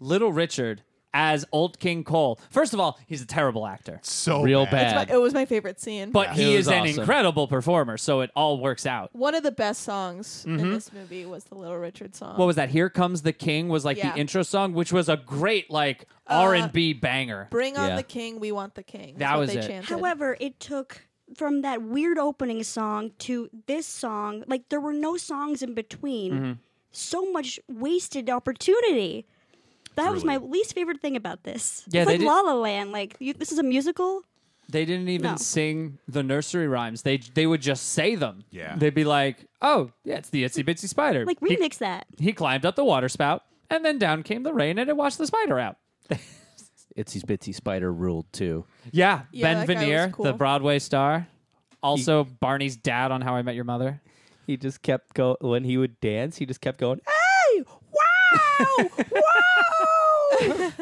[SPEAKER 3] Little Richard as Old King Cole. First of all, he's a terrible actor,
[SPEAKER 1] so
[SPEAKER 4] Real
[SPEAKER 2] It's my,
[SPEAKER 4] bad.
[SPEAKER 2] it was my favorite scene.
[SPEAKER 3] but he
[SPEAKER 4] It
[SPEAKER 3] is
[SPEAKER 4] was
[SPEAKER 3] an
[SPEAKER 4] awesome.
[SPEAKER 3] incredible performer, so it all works out.
[SPEAKER 2] one of the best songs in this movie was the Little Richard song.
[SPEAKER 3] Mm-hmm. What was that? Here comes the King was like
[SPEAKER 2] Yeah.
[SPEAKER 3] the intro song, which was a great like
[SPEAKER 6] Uh,
[SPEAKER 3] R and B banger.
[SPEAKER 2] Bring on
[SPEAKER 4] Yeah.
[SPEAKER 2] the king. We want the king.
[SPEAKER 3] That
[SPEAKER 2] That's
[SPEAKER 3] was
[SPEAKER 2] what they
[SPEAKER 3] it.
[SPEAKER 2] Chanted.
[SPEAKER 6] However, it took from that weird opening song to this song, like there were no songs in between.
[SPEAKER 3] Mm-hmm.
[SPEAKER 6] So much wasted opportunity. That was my least favorite thing about this.
[SPEAKER 3] Yeah,
[SPEAKER 6] it's
[SPEAKER 3] they
[SPEAKER 6] like
[SPEAKER 3] did-
[SPEAKER 6] La La Land. Like you, this is a musical.
[SPEAKER 3] They didn't even
[SPEAKER 6] No.
[SPEAKER 3] sing the nursery rhymes. They they would just say them.
[SPEAKER 1] Yeah.
[SPEAKER 3] They'd be like, "Oh, yeah, it's the itsy bitsy spider."
[SPEAKER 6] Like
[SPEAKER 3] He-
[SPEAKER 6] remix that.
[SPEAKER 3] He, climbed up the water spout, and then down came the rain, and it washed the spider out.
[SPEAKER 4] Itsy Bitsy Spider ruled too.
[SPEAKER 3] Yeah,
[SPEAKER 2] Yeah,
[SPEAKER 3] Ben
[SPEAKER 2] that guy was
[SPEAKER 3] Veneer, the
[SPEAKER 2] cool.
[SPEAKER 3] Broadway star, also Barney's dad on How I Met Your Mother.
[SPEAKER 4] He just kept going when he would dance. He just kept going. "Ah!"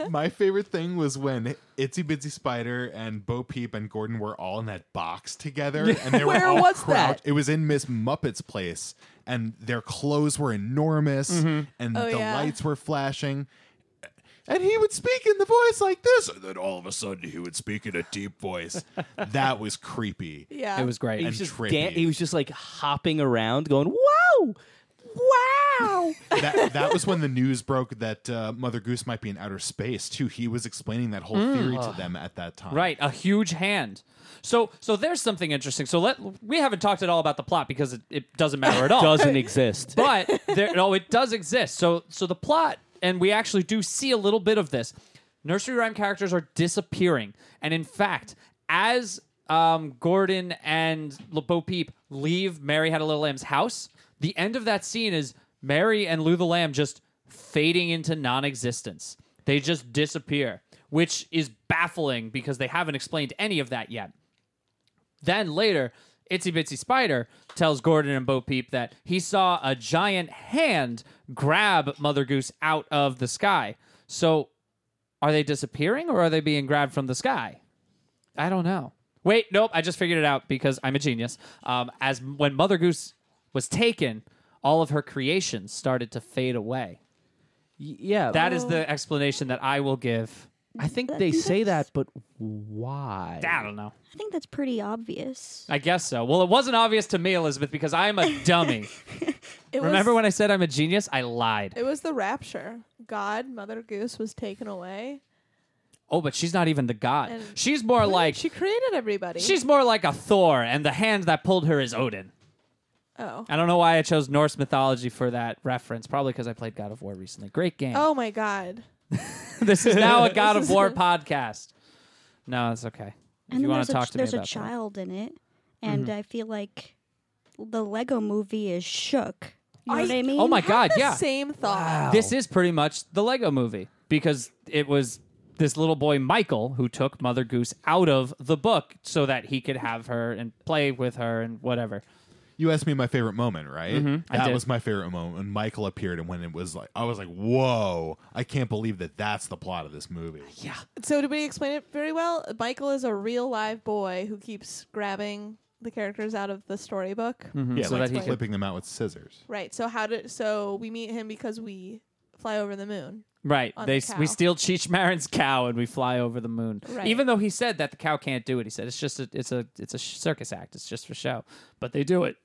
[SPEAKER 1] My favorite thing was when Itsy Bitsy Spider and Bo Peep and Gordon were all in that box together,
[SPEAKER 2] (laughs)
[SPEAKER 1] and they
[SPEAKER 2] Where
[SPEAKER 1] were all
[SPEAKER 2] was
[SPEAKER 1] crouched.
[SPEAKER 2] that?
[SPEAKER 1] It was in Miss Muppet's place, and their clothes were enormous, and
[SPEAKER 2] Oh,
[SPEAKER 1] the
[SPEAKER 2] yeah.
[SPEAKER 1] lights were flashing. And he would speak in the voice like this, and then all of a sudden he would speak in a deep
[SPEAKER 2] (laughs)
[SPEAKER 1] voice. that was creepy.
[SPEAKER 2] Yeah.
[SPEAKER 3] It was great.
[SPEAKER 4] He
[SPEAKER 1] And
[SPEAKER 4] was just
[SPEAKER 1] trippy.
[SPEAKER 4] dan- he was just like hopping around, going whoa,
[SPEAKER 3] (laughs)
[SPEAKER 4] wow.
[SPEAKER 1] That,
[SPEAKER 2] (laughs)
[SPEAKER 1] that was when the news broke that uh, Mother Goose might be in outer space too. He was explaining that whole theory to them at that time.
[SPEAKER 3] Right, a huge hand. So so there's something interesting. So let we haven't talked at all about the plot because it, it doesn't matter at all.
[SPEAKER 4] Doesn't
[SPEAKER 3] (laughs)
[SPEAKER 4] exist.
[SPEAKER 3] but there, no, it does exist. So, so the plot, and we actually do see a little bit of this. Nursery rhyme characters are disappearing, and in fact, as um, Gordon and L- Bo Peep leave Mary Had a Little Lamb's house, the end of that scene is Mary and Lou the Lamb just fading into non-existence. They just disappear, which is baffling because they haven't explained any of that yet. Then later, Itsy Bitsy Spider tells Gordon and Bo Peep that he saw a giant hand grab Mother Goose out of the sky. So, are they disappearing or are they being grabbed from the sky? I don't know. Wait, nope. I just figured it out because I'm a genius. Um, as when Mother Goose was taken, all of her creations started to fade away.
[SPEAKER 4] yeah,
[SPEAKER 3] That is the explanation that I will give.
[SPEAKER 4] I think
[SPEAKER 6] I
[SPEAKER 4] they
[SPEAKER 6] think
[SPEAKER 4] say that, but why?
[SPEAKER 3] I don't know.
[SPEAKER 6] I think that's pretty obvious.
[SPEAKER 3] I guess so. Well, it wasn't obvious to me, Elizabeth, because I'm a dummy.
[SPEAKER 2] It
[SPEAKER 3] Remember
[SPEAKER 2] was,
[SPEAKER 3] when I said I'm a genius? I lied.
[SPEAKER 2] it was the rapture. God, Mother Goose was taken away.
[SPEAKER 3] Oh, but she's not even the god.
[SPEAKER 2] And-
[SPEAKER 3] She's more like
[SPEAKER 2] she created everybody.
[SPEAKER 3] she's more like a Thor, and the hand that pulled her is Odin.
[SPEAKER 2] oh.
[SPEAKER 3] I don't know why I chose Norse mythology for that reference. Probably because I played God of War recently. Great game.
[SPEAKER 2] Oh my God.
[SPEAKER 3] (laughs) this is now a God of War podcast. No, it's okay. If
[SPEAKER 6] and
[SPEAKER 3] you
[SPEAKER 6] then
[SPEAKER 3] want
[SPEAKER 6] there's
[SPEAKER 3] to
[SPEAKER 6] a,
[SPEAKER 3] talk
[SPEAKER 6] ch-
[SPEAKER 3] to me
[SPEAKER 6] there's
[SPEAKER 3] about
[SPEAKER 6] a
[SPEAKER 3] that. Mm-hmm.
[SPEAKER 6] child in it, and I feel like the Lego Movie is shook. You know
[SPEAKER 2] I-
[SPEAKER 6] what I mean?
[SPEAKER 3] Oh my God!
[SPEAKER 2] The
[SPEAKER 3] Yeah,
[SPEAKER 2] Same thought.
[SPEAKER 3] this is pretty much the Lego movie because it was this little boy Michael who took Mother Goose out of the book so that he could have her and play with her and whatever.
[SPEAKER 1] You asked me my favorite moment, right?
[SPEAKER 3] Mm-hmm. I
[SPEAKER 1] that
[SPEAKER 3] did.
[SPEAKER 1] was my favorite moment when Michael appeared, and when it was like, I was like, "Whoa! I can't believe that that's the plot of this movie."
[SPEAKER 2] So did we explain it very well? Michael is a real live boy who keeps grabbing the characters out of the storybook.
[SPEAKER 1] Yeah,
[SPEAKER 3] Mm-hmm. So
[SPEAKER 1] like
[SPEAKER 3] that he could-
[SPEAKER 1] flipping them out with scissors.
[SPEAKER 2] Right. So how did so we meet him because we fly over the moon.
[SPEAKER 3] Right.
[SPEAKER 2] On
[SPEAKER 3] They
[SPEAKER 2] the
[SPEAKER 3] we
[SPEAKER 2] cow.
[SPEAKER 3] steal Cheech Marin's cow and we fly over the moon.
[SPEAKER 2] Right.
[SPEAKER 3] Even though he said that the cow can't do it, he said it's just a it's a it's a sh- circus act. It's just for show. But they do it.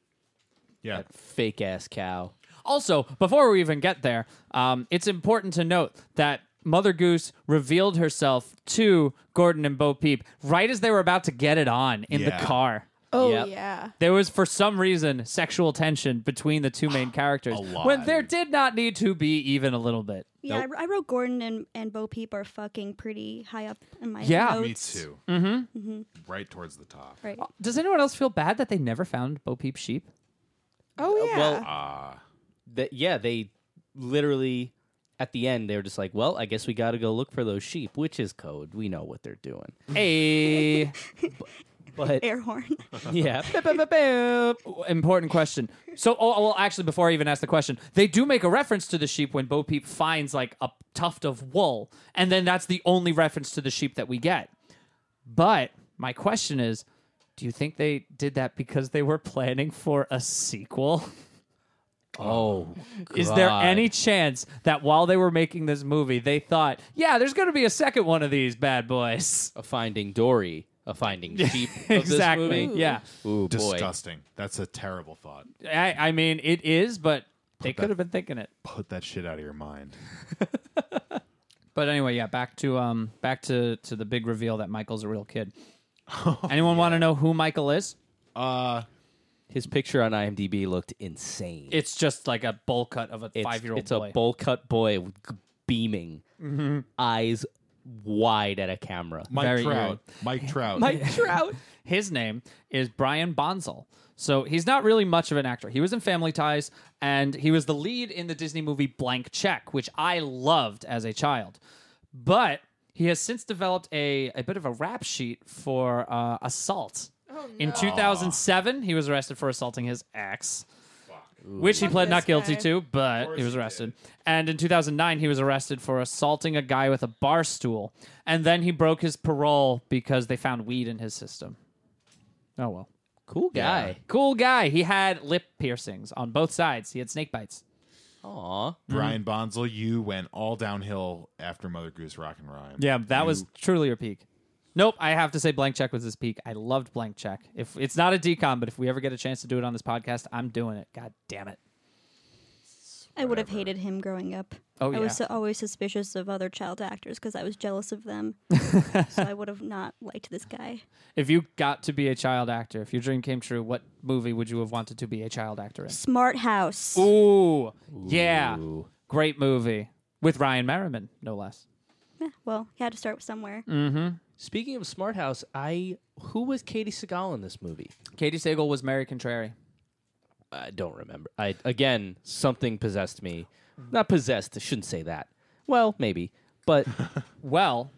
[SPEAKER 1] Yeah,
[SPEAKER 4] Fake ass cow.
[SPEAKER 3] Also, before we even get there, um, it's important to note that Mother Goose revealed herself to Gordon and Bo Peep right as they were about to get it on in
[SPEAKER 1] Yeah.
[SPEAKER 3] the car.
[SPEAKER 2] Oh
[SPEAKER 4] Yep.
[SPEAKER 2] yeah.
[SPEAKER 3] There was, for some reason, sexual tension between the two
[SPEAKER 2] (sighs)
[SPEAKER 3] main characters
[SPEAKER 1] lot.
[SPEAKER 3] when there did not need to be even a little bit.
[SPEAKER 6] Yeah, I, I wrote Gordon and, and Bo Peep are fucking pretty high up in my
[SPEAKER 3] Yeah.
[SPEAKER 1] me
[SPEAKER 6] notes.
[SPEAKER 1] too.
[SPEAKER 3] Mm-hmm.
[SPEAKER 1] Right towards the top.
[SPEAKER 6] Right.
[SPEAKER 3] Does anyone else feel bad that they never found Bo Peep's sheep?
[SPEAKER 2] Oh yeah.
[SPEAKER 4] well,
[SPEAKER 1] Ah,
[SPEAKER 4] That yeah, they literally at the end they were just like, "Well, I guess we got to go look for those sheep," which is code. We know what they're doing.
[SPEAKER 3] Hey.
[SPEAKER 4] But
[SPEAKER 3] (laughs)
[SPEAKER 6] air horn.
[SPEAKER 4] yeah,
[SPEAKER 3] Important question. So, oh, well, actually, before I even ask the question, they do make a reference to the sheep when Bo Peep finds like a tuft of wool, and then that's the only reference to the sheep that we get. But my question is, do you think they did that because they were planning for a sequel?
[SPEAKER 4] oh,
[SPEAKER 3] Is there
[SPEAKER 4] God.
[SPEAKER 3] any chance that while they were making this movie, they thought, yeah, there's going to be a second one of these bad boys?
[SPEAKER 4] a finding Dory, a finding sheep? of this
[SPEAKER 3] exactly.
[SPEAKER 4] movie?
[SPEAKER 3] Yeah.
[SPEAKER 4] Ooh boy.
[SPEAKER 1] Disgusting. That's a terrible thought.
[SPEAKER 3] I, I mean, it is, but they
[SPEAKER 1] that-
[SPEAKER 3] could have been thinking it.
[SPEAKER 1] Put that shit out of your mind.
[SPEAKER 3] But anyway, yeah, back to um back to to the big reveal that Michael's a real kid.
[SPEAKER 4] (laughs) Oh,
[SPEAKER 3] Anyone want to know who Michael is?
[SPEAKER 1] Uh,
[SPEAKER 4] His picture on IMDb looked insane.
[SPEAKER 3] It's just like a bowl cut of a five year old
[SPEAKER 4] It's
[SPEAKER 3] boy.
[SPEAKER 4] a bowl cut boy with g- beaming eyes wide at a camera.
[SPEAKER 1] Mike
[SPEAKER 3] Very
[SPEAKER 1] Trout.
[SPEAKER 3] rude. (laughs)
[SPEAKER 1] Mike Trout.
[SPEAKER 3] Mike Trout. His name is Brian Bonzel. So he's not really much of an actor. He was in Family Ties, and he was the lead in the Disney movie Blank Check, which I loved as a child. But he has since developed a, a bit of a rap sheet for uh, assault.
[SPEAKER 2] Oh,
[SPEAKER 3] In 2007, he was arrested for assaulting his ex, which he
[SPEAKER 2] Fuck
[SPEAKER 3] pled
[SPEAKER 2] this
[SPEAKER 3] not guilty
[SPEAKER 2] guy.
[SPEAKER 3] to, but he was arrested. And in 2009, he was arrested for assaulting a guy with a bar stool. And then he broke his parole because they found weed in his system. Oh, well.
[SPEAKER 4] Cool guy.
[SPEAKER 3] Cool guy. He had lip piercings on both sides, he had snake bites.
[SPEAKER 4] Aw.
[SPEAKER 1] (laughs)
[SPEAKER 3] (laughs)
[SPEAKER 1] Brian Bonzel, you went all downhill after Mother Goose Rock and Rhyme.
[SPEAKER 3] Yeah, that was truly your peak. Nope, I have to say Blank Check was his peak. I loved Blank Check. If it's not a decom, but if we ever get a chance to do it on this podcast, I'm doing it. God damn it.
[SPEAKER 6] I would have hated him growing up.
[SPEAKER 3] Oh,
[SPEAKER 6] I was
[SPEAKER 3] yeah.
[SPEAKER 6] so, always suspicious of other child actors because I was jealous
[SPEAKER 3] (laughs)
[SPEAKER 6] of them. so I would have not liked this guy.
[SPEAKER 3] If you got to be a child actor, if your dream came true, what movie would you have wanted to be a child actor in?
[SPEAKER 6] Smart House.
[SPEAKER 3] Ooh, yeah. Great movie with Ryan Merriman, no less.
[SPEAKER 6] Eh, well, you had to start somewhere.
[SPEAKER 3] Mm.
[SPEAKER 4] Speaking of Smart House, I who was Katie Seagal in this movie?
[SPEAKER 3] Katie Sagal was Mary Contrary.
[SPEAKER 4] I don't remember. I again something possessed me. Not possessed. I shouldn't say that. Well, maybe, but
[SPEAKER 3] Well,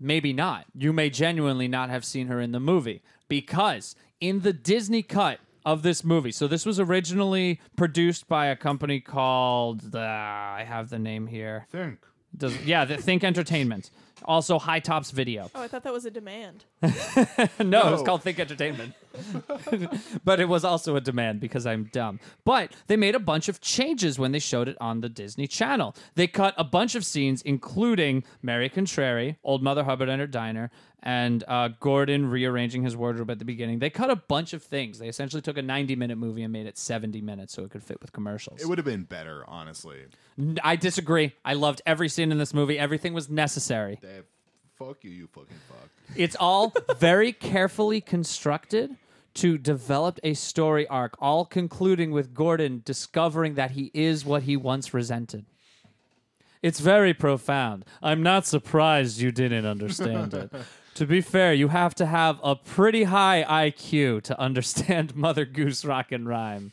[SPEAKER 3] maybe not. You may genuinely not have seen her in the movie because in the Disney cut of this movie, so this was originally produced by a company called the I have the name here.
[SPEAKER 1] Think.
[SPEAKER 3] Does, yeah, the Think Entertainment. Also, High Tops Video.
[SPEAKER 2] Oh, I thought that was a demand.
[SPEAKER 3] no, it was called Think Entertainment. (laughs) but it was also a demand because I'm dumb. But they made a bunch of changes when they showed it on the Disney Channel. They cut a bunch of scenes, including Mary Contrary, Old Mother Hubbard and her diner, and uh, Gordon rearranging his wardrobe at the beginning. They cut a bunch of things. They essentially took a 90 minute movie and made it 70 minutes so it could fit with commercials.
[SPEAKER 1] It would have been better, honestly.
[SPEAKER 3] N- I disagree. I loved every scene in this movie, everything was necessary.
[SPEAKER 1] They have, fuck you, you fucking fuck.
[SPEAKER 3] It's all very carefully constructed to develop a story arc, all concluding with Gordon discovering that he is what he once resented. It's very profound. I'm not surprised you didn't understand it. to be fair, you have to have a pretty high IQ to understand (laughs) Mother Goose Rock and Rhyme.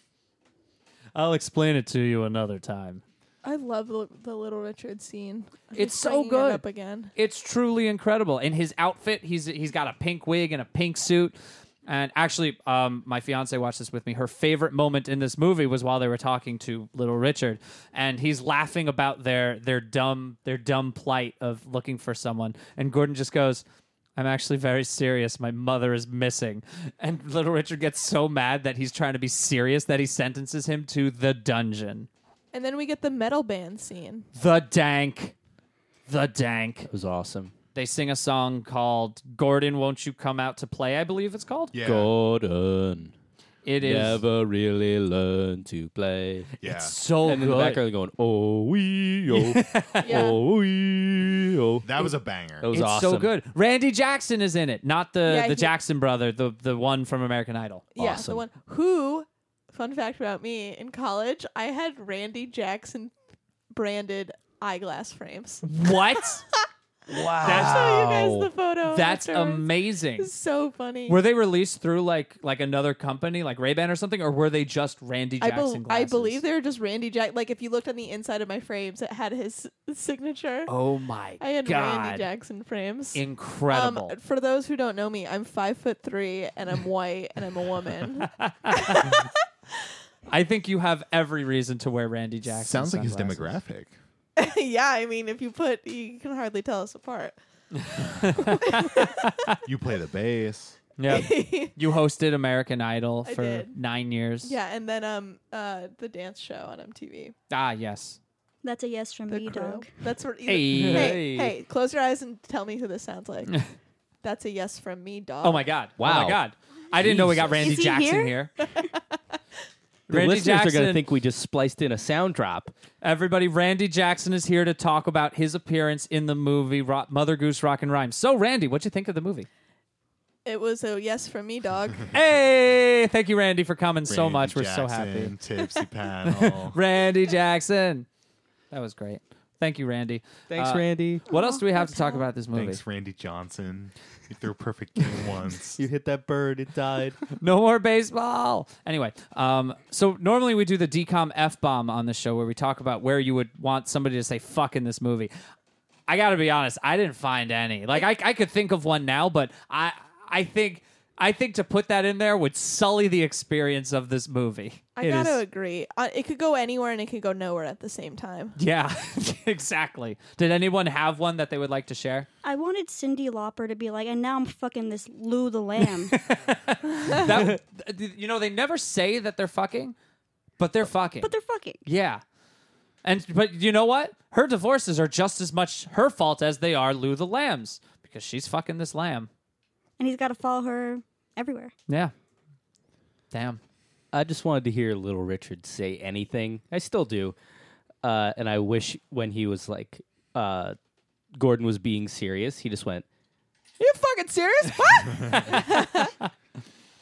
[SPEAKER 3] I'll explain it to you another time.
[SPEAKER 2] I love the, the Little Richard scene. I'm
[SPEAKER 3] It's
[SPEAKER 2] just
[SPEAKER 3] so
[SPEAKER 2] bringing it
[SPEAKER 3] good.
[SPEAKER 2] up again.
[SPEAKER 3] It's truly incredible. In his outfit, he's he's got a pink wig and a pink suit. And actually, um, my fiance watched this with me. Her favorite moment in this movie was while they were talking to Little Richard, and he's laughing about their their dumb their dumb plight of looking for someone. And Gordon just goes, "I'm actually very serious. My mother is missing." And Little Richard gets so mad that he's trying to be serious that he sentences him to the dungeon,
[SPEAKER 2] And then we get the metal band
[SPEAKER 3] (laughs)
[SPEAKER 2] scene.
[SPEAKER 3] the dank, the dank
[SPEAKER 4] it was (laughs) awesome.
[SPEAKER 3] they sing a song called Gordon Won't You Come Out to Play, I believe it's called.
[SPEAKER 1] Yeah.
[SPEAKER 4] Gordon
[SPEAKER 3] It is
[SPEAKER 4] never really learned to play.
[SPEAKER 1] yeah.
[SPEAKER 3] so
[SPEAKER 4] and in the
[SPEAKER 3] good.
[SPEAKER 4] background going, oh wee (laughs) oh,
[SPEAKER 2] Yeah.
[SPEAKER 4] oh wee oh.
[SPEAKER 1] That was a banger.
[SPEAKER 4] That was
[SPEAKER 3] it's
[SPEAKER 4] awesome.
[SPEAKER 3] so good. Randy Jackson is in it, not the,
[SPEAKER 2] Yeah,
[SPEAKER 3] the
[SPEAKER 2] he-
[SPEAKER 3] Jackson brother, the the one from
[SPEAKER 2] (laughs)
[SPEAKER 3] American Idol.
[SPEAKER 2] Yeah,
[SPEAKER 4] Awesome.
[SPEAKER 2] the one who, fun fact about me, in college, I had Randy Jackson branded eyeglass frames.
[SPEAKER 3] What?
[SPEAKER 4] Wow.
[SPEAKER 2] I'll show you guys the photo.
[SPEAKER 3] That's
[SPEAKER 2] afterwards.
[SPEAKER 3] amazing.
[SPEAKER 2] It's so funny.
[SPEAKER 3] Were they released through like like another company, like Ray Ban or something, or were they just Randy
[SPEAKER 2] I,
[SPEAKER 3] Jackson
[SPEAKER 2] bel I
[SPEAKER 3] glasses?
[SPEAKER 2] believe they were just Randy Jack. Like if you looked on the inside of my frames, it had his (laughs) signature.
[SPEAKER 3] Oh my
[SPEAKER 2] I had
[SPEAKER 3] god!
[SPEAKER 2] Randy Jackson frames.
[SPEAKER 3] Incredible.
[SPEAKER 2] Um, for those who don't know me, I'm five foot three and I'm white and I'm a
[SPEAKER 3] (laughs)
[SPEAKER 2] woman. (laughs)
[SPEAKER 3] I think you have every reason to wear Randy Jackson.
[SPEAKER 1] Sounds like his
[SPEAKER 3] sunglasses.
[SPEAKER 1] demographic.
[SPEAKER 2] yeah, I mean, if you put, you can hardly tell us apart. (laughs)
[SPEAKER 1] You play the bass.
[SPEAKER 3] Yeah. you hosted American Idol
[SPEAKER 2] I
[SPEAKER 3] for
[SPEAKER 2] did.
[SPEAKER 3] nine years.
[SPEAKER 2] yeah, and then um uh the dance show on MTV.
[SPEAKER 3] Ah, yes.
[SPEAKER 6] That's a yes from
[SPEAKER 2] The
[SPEAKER 6] me,
[SPEAKER 2] Crew.
[SPEAKER 6] dog.
[SPEAKER 2] That's where.
[SPEAKER 3] Hey.
[SPEAKER 2] hey,
[SPEAKER 3] Hey.
[SPEAKER 2] hey, close your eyes and tell me who this sounds like. That's a yes from me, dog.
[SPEAKER 3] Oh my god! Oh
[SPEAKER 4] Wow.
[SPEAKER 3] my god! I didn't know we got
[SPEAKER 4] Jesus.
[SPEAKER 3] Randy
[SPEAKER 6] Is he
[SPEAKER 3] Jackson here.
[SPEAKER 6] here?
[SPEAKER 4] The
[SPEAKER 3] Randy
[SPEAKER 4] listeners are going to
[SPEAKER 3] Jackson.
[SPEAKER 4] think we just spliced in a sound drop.
[SPEAKER 3] Everybody, Randy Jackson is here to talk about his appearance in the movie Ro- Mother Goose Rock and Rhyme. So, Randy, what'd you think of the movie?
[SPEAKER 2] It was a yes from me, dog.
[SPEAKER 3] Hey, thank you, Randy, for coming (laughs) so
[SPEAKER 1] Randy
[SPEAKER 3] much. We're so happy.
[SPEAKER 1] Jackson,
[SPEAKER 3] (laughs)
[SPEAKER 1] Tipsy panel.
[SPEAKER 3] Randy Jackson. That was great. Thank you, Randy. Uh,
[SPEAKER 4] Randy.
[SPEAKER 3] What else do we have to talk about this movie?
[SPEAKER 1] Thanks, Randy Johnson. You threw a perfect
[SPEAKER 3] (laughs)
[SPEAKER 1] game once.
[SPEAKER 4] You hit that bird, it died.
[SPEAKER 3] No more baseball. Anyway, um, so normally we do the DCOM F bomb on the show where we talk about where you would want somebody to say fuck in this movie. I got to be honest, I didn't find any. Like, I, I could think of one now, but I, I think. I think to put that in there would sully the experience of this movie.
[SPEAKER 2] I
[SPEAKER 3] It
[SPEAKER 2] gotta
[SPEAKER 3] is-
[SPEAKER 2] agree. Uh, it could go anywhere and it could go nowhere at the same time.
[SPEAKER 3] (laughs) yeah, (laughs) exactly. Did anyone have one that they would like
[SPEAKER 2] (laughs)
[SPEAKER 3] to share?
[SPEAKER 6] I wanted Cindy Lauper to be like, and now I'm fucking this Lou
[SPEAKER 3] (laughs)
[SPEAKER 6] the Lamb.
[SPEAKER 3] That you know, they never say that they're fucking, but they're fucking.
[SPEAKER 6] but they're fucking.
[SPEAKER 3] Yeah. And but you know what? Her divorces are just as much her fault as they are Lou the Lamb's because she's fucking this lamb.
[SPEAKER 6] And he's got to follow her everywhere.
[SPEAKER 3] Yeah. Damn.
[SPEAKER 4] I just wanted to hear Little Richard say anything. I still do. Uh, and I wish when he was like, uh, Gordon was being serious, he just went,
[SPEAKER 2] you fucking (laughs) serious? What?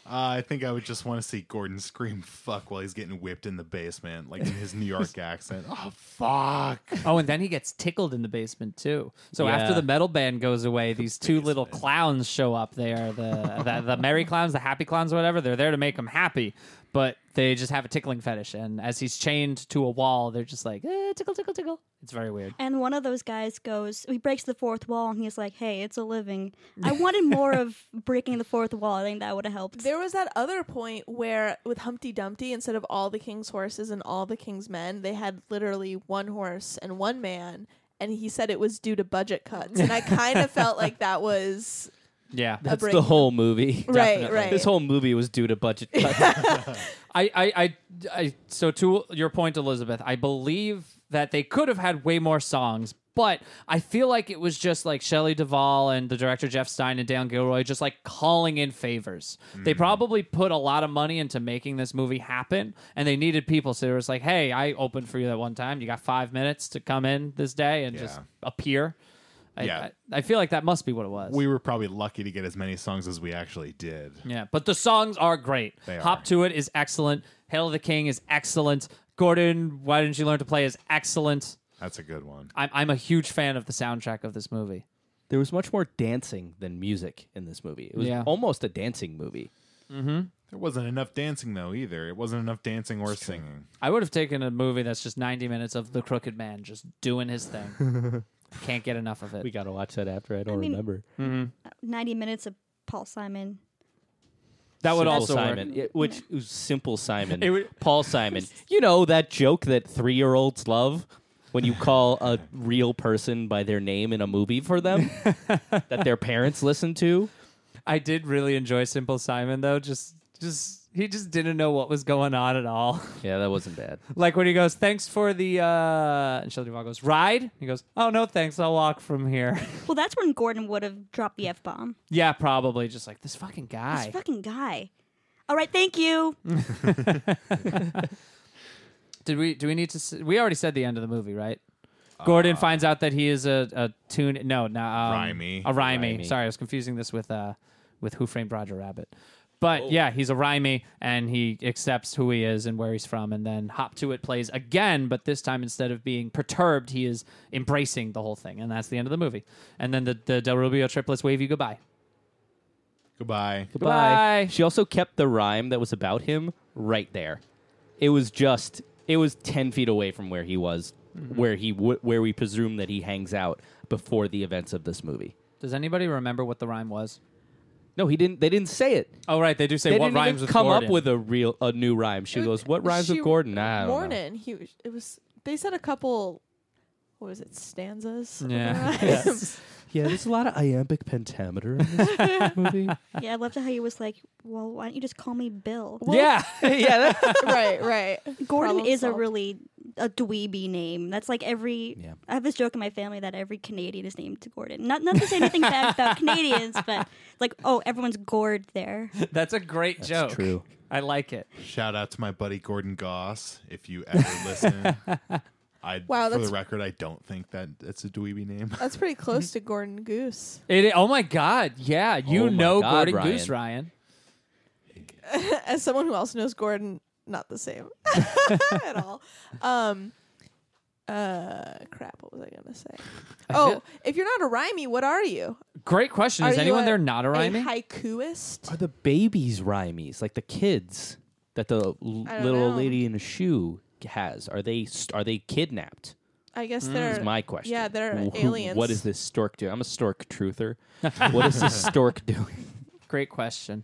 [SPEAKER 1] Uh, I think I would just want to see Gordon scream "fuck" while he's getting whipped in the basement, like in his
[SPEAKER 3] (laughs)
[SPEAKER 1] New York accent. Oh fuck!
[SPEAKER 3] Oh, and then he gets tickled in the basement too. So
[SPEAKER 4] Yeah.
[SPEAKER 3] after the metal band goes away, these two little clowns show up. They are the, the the merry clowns, the happy clowns, or whatever. They're there to make him happy, but they just have a tickling fetish. And as he's chained to a wall, they're just like eh, tickle, tickle, tickle. It's very weird.
[SPEAKER 6] And one of those guys goes, he breaks the fourth wall and he's like, hey, it's a living. I wanted more of breaking the fourth wall. I think that would have helped.
[SPEAKER 2] There was that other point where with Humpty Dumpty, instead of all the king's horses and all the king's men, they had literally one horse and one man. And he said it was due to budget cuts. And I kind of felt like that was
[SPEAKER 3] Yeah.
[SPEAKER 2] a
[SPEAKER 4] that's
[SPEAKER 2] break.
[SPEAKER 4] the whole movie. (laughs)
[SPEAKER 2] right, right.
[SPEAKER 4] This whole movie was due to budget
[SPEAKER 2] (laughs)
[SPEAKER 4] cuts.
[SPEAKER 3] I, I, I, I, so to your point, Elizabeth, I believe that they could have had way more songs, but I feel like it was just like Shelley Duvall and the director Jeff Stein and Dan Gilroy just like calling in favors.
[SPEAKER 1] Mm.
[SPEAKER 3] They probably put a lot of money into making this movie happen, and they needed people. So it was like, hey, I opened for you that one time. You got five minutes to come in this day and just
[SPEAKER 1] Yeah.
[SPEAKER 3] appear. I,
[SPEAKER 1] Yeah.
[SPEAKER 3] I, I feel like that must be what it was.
[SPEAKER 1] We were probably lucky to get as many songs as we actually did.
[SPEAKER 3] Yeah, but the songs are great.
[SPEAKER 1] They
[SPEAKER 3] Hop
[SPEAKER 1] are.
[SPEAKER 3] to It is excellent. Hail the King is excellent. Gordon, Why Didn't You Learn to Play is excellent.
[SPEAKER 1] That's a good one.
[SPEAKER 3] I'm, I'm a huge fan of the soundtrack of this movie.
[SPEAKER 4] there was much more dancing than music in this movie. It was
[SPEAKER 3] Yeah.
[SPEAKER 4] almost a dancing movie.
[SPEAKER 1] There wasn't enough dancing though either. It wasn't enough dancing or singing.
[SPEAKER 3] I would have taken a movie that's just 90 minutes of The Crooked Man just doing his thing.
[SPEAKER 1] (laughs)
[SPEAKER 3] Can't get enough of it.
[SPEAKER 4] We got to watch that after. I don't
[SPEAKER 6] mean-
[SPEAKER 4] remember.
[SPEAKER 6] 90 minutes of Paul Simon.
[SPEAKER 3] that would
[SPEAKER 4] Simple
[SPEAKER 3] also
[SPEAKER 4] Simon,
[SPEAKER 3] work.
[SPEAKER 4] it- which was simple Simon,
[SPEAKER 3] It would-
[SPEAKER 4] Paul Simon. You know that joke that three-year-olds love when you call a real person by their name in a movie
[SPEAKER 3] (laughs)
[SPEAKER 4] for them that their parents listen to.
[SPEAKER 3] I did really enjoy Simple Simon though. Just, just he just didn't know what was going on at all. (laughs)
[SPEAKER 4] Yeah, that wasn't bad.
[SPEAKER 3] like when he goes, "Thanks for the," uh, and Shelley Duvall goes, "Ride." He goes, "Oh no, thanks. I'll walk from here."
[SPEAKER 6] Well, that's when Gordon would have dropped the F bomb.
[SPEAKER 3] Yeah, probably. Just like this fucking
[SPEAKER 6] This
[SPEAKER 3] guy.
[SPEAKER 6] fucking guy. All right, thank you.
[SPEAKER 3] Did we? Do we need to? s we already said the end of the movie, right? Uh, Gordon finds out that he is a, a tune. No, no, um,
[SPEAKER 1] Rhymey.
[SPEAKER 3] A rhymey.
[SPEAKER 4] Rhymey.
[SPEAKER 3] Sorry, I was confusing this with uh, with Who Framed Roger Rabbit. But yeah, he's a rhymey and he accepts who he is and where he's from. And then Hop to It plays again, but this time instead of being perturbed, he is embracing the whole thing. And that's the end of the movie. And then the, the Del Rubio triplets wave you goodbye.
[SPEAKER 1] Goodbye.
[SPEAKER 3] Goodbye.
[SPEAKER 4] She also kept the rhyme that was about him right there. It was just it was ten feet away from where he was,
[SPEAKER 3] Mm-hmm.
[SPEAKER 4] where he w- where we presume that he hangs out before the events of this movie.
[SPEAKER 3] Does anybody remember what the rhyme was?
[SPEAKER 4] No, he didn't. They didn't say it.
[SPEAKER 3] Oh, right. They do say
[SPEAKER 4] They
[SPEAKER 3] what
[SPEAKER 4] didn't
[SPEAKER 3] rhymes
[SPEAKER 4] even
[SPEAKER 3] with
[SPEAKER 4] come
[SPEAKER 3] Gordon.
[SPEAKER 4] up with a real a new rhyme. She
[SPEAKER 2] It was-
[SPEAKER 4] goes, "What rhymes
[SPEAKER 2] she-
[SPEAKER 4] with Gordon?" I don't know.
[SPEAKER 2] Morning. He was- it was. They said a couple. What was it? Stanzas.
[SPEAKER 1] (laughs)
[SPEAKER 3] Yeah.
[SPEAKER 2] (laughs) Yes.
[SPEAKER 4] Yeah, there's a lot of iambic pentameter in
[SPEAKER 2] (laughs)
[SPEAKER 4] this movie.
[SPEAKER 6] Yeah, I loved how he was like, well, why don't you just call me Bill?
[SPEAKER 4] yeah,
[SPEAKER 2] (laughs)
[SPEAKER 4] yeah. that-
[SPEAKER 2] right.
[SPEAKER 4] (laughs)
[SPEAKER 2] Right.
[SPEAKER 6] Gordon
[SPEAKER 2] Problem
[SPEAKER 6] is
[SPEAKER 2] solved.
[SPEAKER 6] a really a dweeby name. That's like every.
[SPEAKER 4] Yeah.
[SPEAKER 6] I have this joke in my family that every Canadian is named Gordon. Not not to say anything
[SPEAKER 3] (laughs)
[SPEAKER 6] bad about Canadians, but like, oh, everyone's gored there.
[SPEAKER 3] (laughs) That's a great joke.
[SPEAKER 4] true.
[SPEAKER 3] I like it.
[SPEAKER 1] Shout out to my buddy Gordon Goss. If you ever
[SPEAKER 3] (laughs)
[SPEAKER 1] listen, I
[SPEAKER 2] Wow,
[SPEAKER 1] for
[SPEAKER 2] that's-
[SPEAKER 1] the record, I don't think that it's a dweeby name. (laughs)
[SPEAKER 2] That's pretty close to Gordon Goose.
[SPEAKER 3] It, oh my God! Yeah, you
[SPEAKER 4] Oh my
[SPEAKER 3] know
[SPEAKER 4] God,
[SPEAKER 3] Gordon
[SPEAKER 4] Ryan.
[SPEAKER 3] Goose Ryan.
[SPEAKER 2] As someone who also knows Gordon, not the same (laughs) at all. Um. Uh, crap. What was I gonna say? Oh, if you're not a rhymey, what are you?
[SPEAKER 3] Great question.
[SPEAKER 2] Are
[SPEAKER 3] Is
[SPEAKER 2] you
[SPEAKER 3] anyone
[SPEAKER 2] a-
[SPEAKER 3] there not a rhyming?
[SPEAKER 2] A haikuist.
[SPEAKER 4] Are the babies rhymies like the kids that the l-
[SPEAKER 2] I don't
[SPEAKER 4] little old
[SPEAKER 2] know.
[SPEAKER 4] lady in a shoe has? Are they st- are they kidnapped?
[SPEAKER 2] I
[SPEAKER 1] Mm.
[SPEAKER 2] guess they're.
[SPEAKER 4] Is my question.
[SPEAKER 2] Yeah, they're
[SPEAKER 4] Wh- who-
[SPEAKER 2] aliens.
[SPEAKER 4] What is this stork doing? I'm a stork (laughs) truther. what is this stork doing? (laughs)
[SPEAKER 3] Great question.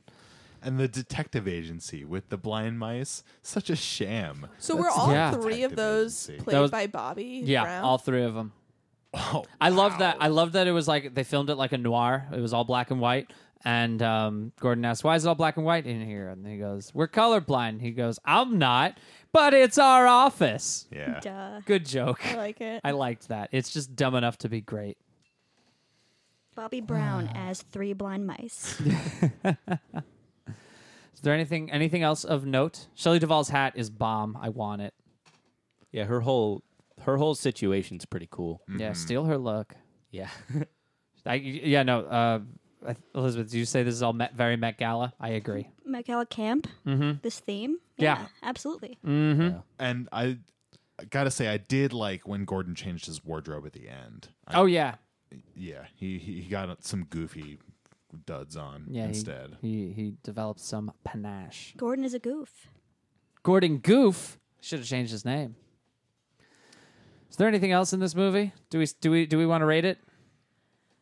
[SPEAKER 1] and the detective agency with the blind mice, such a sham.
[SPEAKER 2] So we're all
[SPEAKER 3] yeah.
[SPEAKER 2] three of
[SPEAKER 1] Detective
[SPEAKER 2] those
[SPEAKER 1] agency.
[SPEAKER 2] played
[SPEAKER 3] was-
[SPEAKER 2] by Bobby.
[SPEAKER 3] Yeah,
[SPEAKER 2] Brown.
[SPEAKER 3] all three of
[SPEAKER 4] (laughs)
[SPEAKER 3] them.
[SPEAKER 1] Oh,
[SPEAKER 3] I love that. I love that it was like they filmed it like a noir. It was all black and white. And um, Gordon asks, "Why is it all black and white in here?" And he goes, "We're colorblind." He goes, "I'm not, but it's our office."
[SPEAKER 1] yeah.
[SPEAKER 6] Duh.
[SPEAKER 3] Good joke.
[SPEAKER 2] I like it.
[SPEAKER 3] I liked that. It's just dumb enough to be great.
[SPEAKER 6] Bobby Brown as three
[SPEAKER 3] (laughs)
[SPEAKER 6] blind mice.
[SPEAKER 3] Is there anything anything else of note? Shelley Duvall's hat is bomb. I want it.
[SPEAKER 4] Yeah, her whole her whole situation's pretty cool.
[SPEAKER 3] Yeah, steal her look.
[SPEAKER 4] (laughs) Yeah,
[SPEAKER 3] I, yeah, no. Uh, I- Elizabeth, did you say this is all Met, very Met Gala? I agree.
[SPEAKER 6] Michael Camp. This theme.
[SPEAKER 3] Mm-hmm. Yeah. Mm.
[SPEAKER 6] absolutely.
[SPEAKER 1] And I, I gotta say, I did like when Gordon changed his wardrobe at the end. I,
[SPEAKER 3] Oh yeah,
[SPEAKER 1] yeah, he he he got some goofy duds on
[SPEAKER 3] yeah. he-
[SPEAKER 1] instead.
[SPEAKER 3] he, he developed some panache.
[SPEAKER 6] Gordon is a goof.
[SPEAKER 3] Gordon Goof should have changed his name. Is there anything else in this movie? Do we do we do we want to rate it?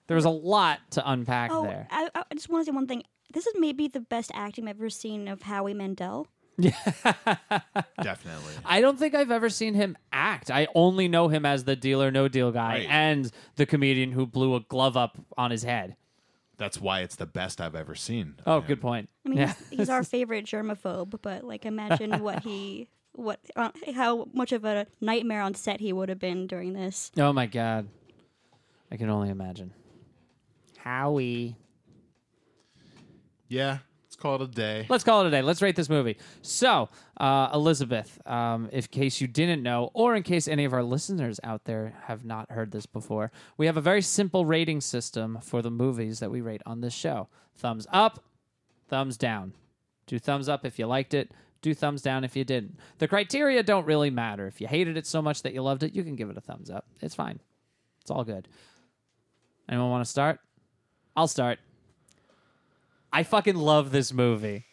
[SPEAKER 3] There was a lot to unpack
[SPEAKER 6] Oh,
[SPEAKER 3] there.
[SPEAKER 6] I, I just want to say one thing. This is maybe the best acting I've ever seen of Howie Mandel.
[SPEAKER 1] Definitely.
[SPEAKER 3] I don't think I've ever seen him act. I only know him as the Deal or No Deal guy
[SPEAKER 1] Right.
[SPEAKER 3] and the comedian who blew a glove up on his head.
[SPEAKER 1] That's why it's the best I've ever seen. of
[SPEAKER 3] Oh,
[SPEAKER 1] him.
[SPEAKER 3] good point.
[SPEAKER 6] I mean,
[SPEAKER 3] yeah.
[SPEAKER 6] he's, he's our favorite germaphobe, but like, imagine what he, what, uh, how much of a nightmare on set he would have been during this.
[SPEAKER 3] Oh my god. I can only imagine. Howie.
[SPEAKER 1] Yeah, let's call it a day.
[SPEAKER 3] Let's call it a day. Let's rate this movie. So, uh, Elizabeth, um, in case you didn't know, or in case any of our listeners out there have not heard this before, we have a very simple rating system for the movies that we rate on this show thumbs up, thumbs down. Do thumbs up if you liked it. Do thumbs down if you didn't. The criteria don't really matter. If you hated it so much that you loved it, you can give it a thumbs up. It's fine. It's all good. Anyone want to start? I'll start. I fucking love this movie.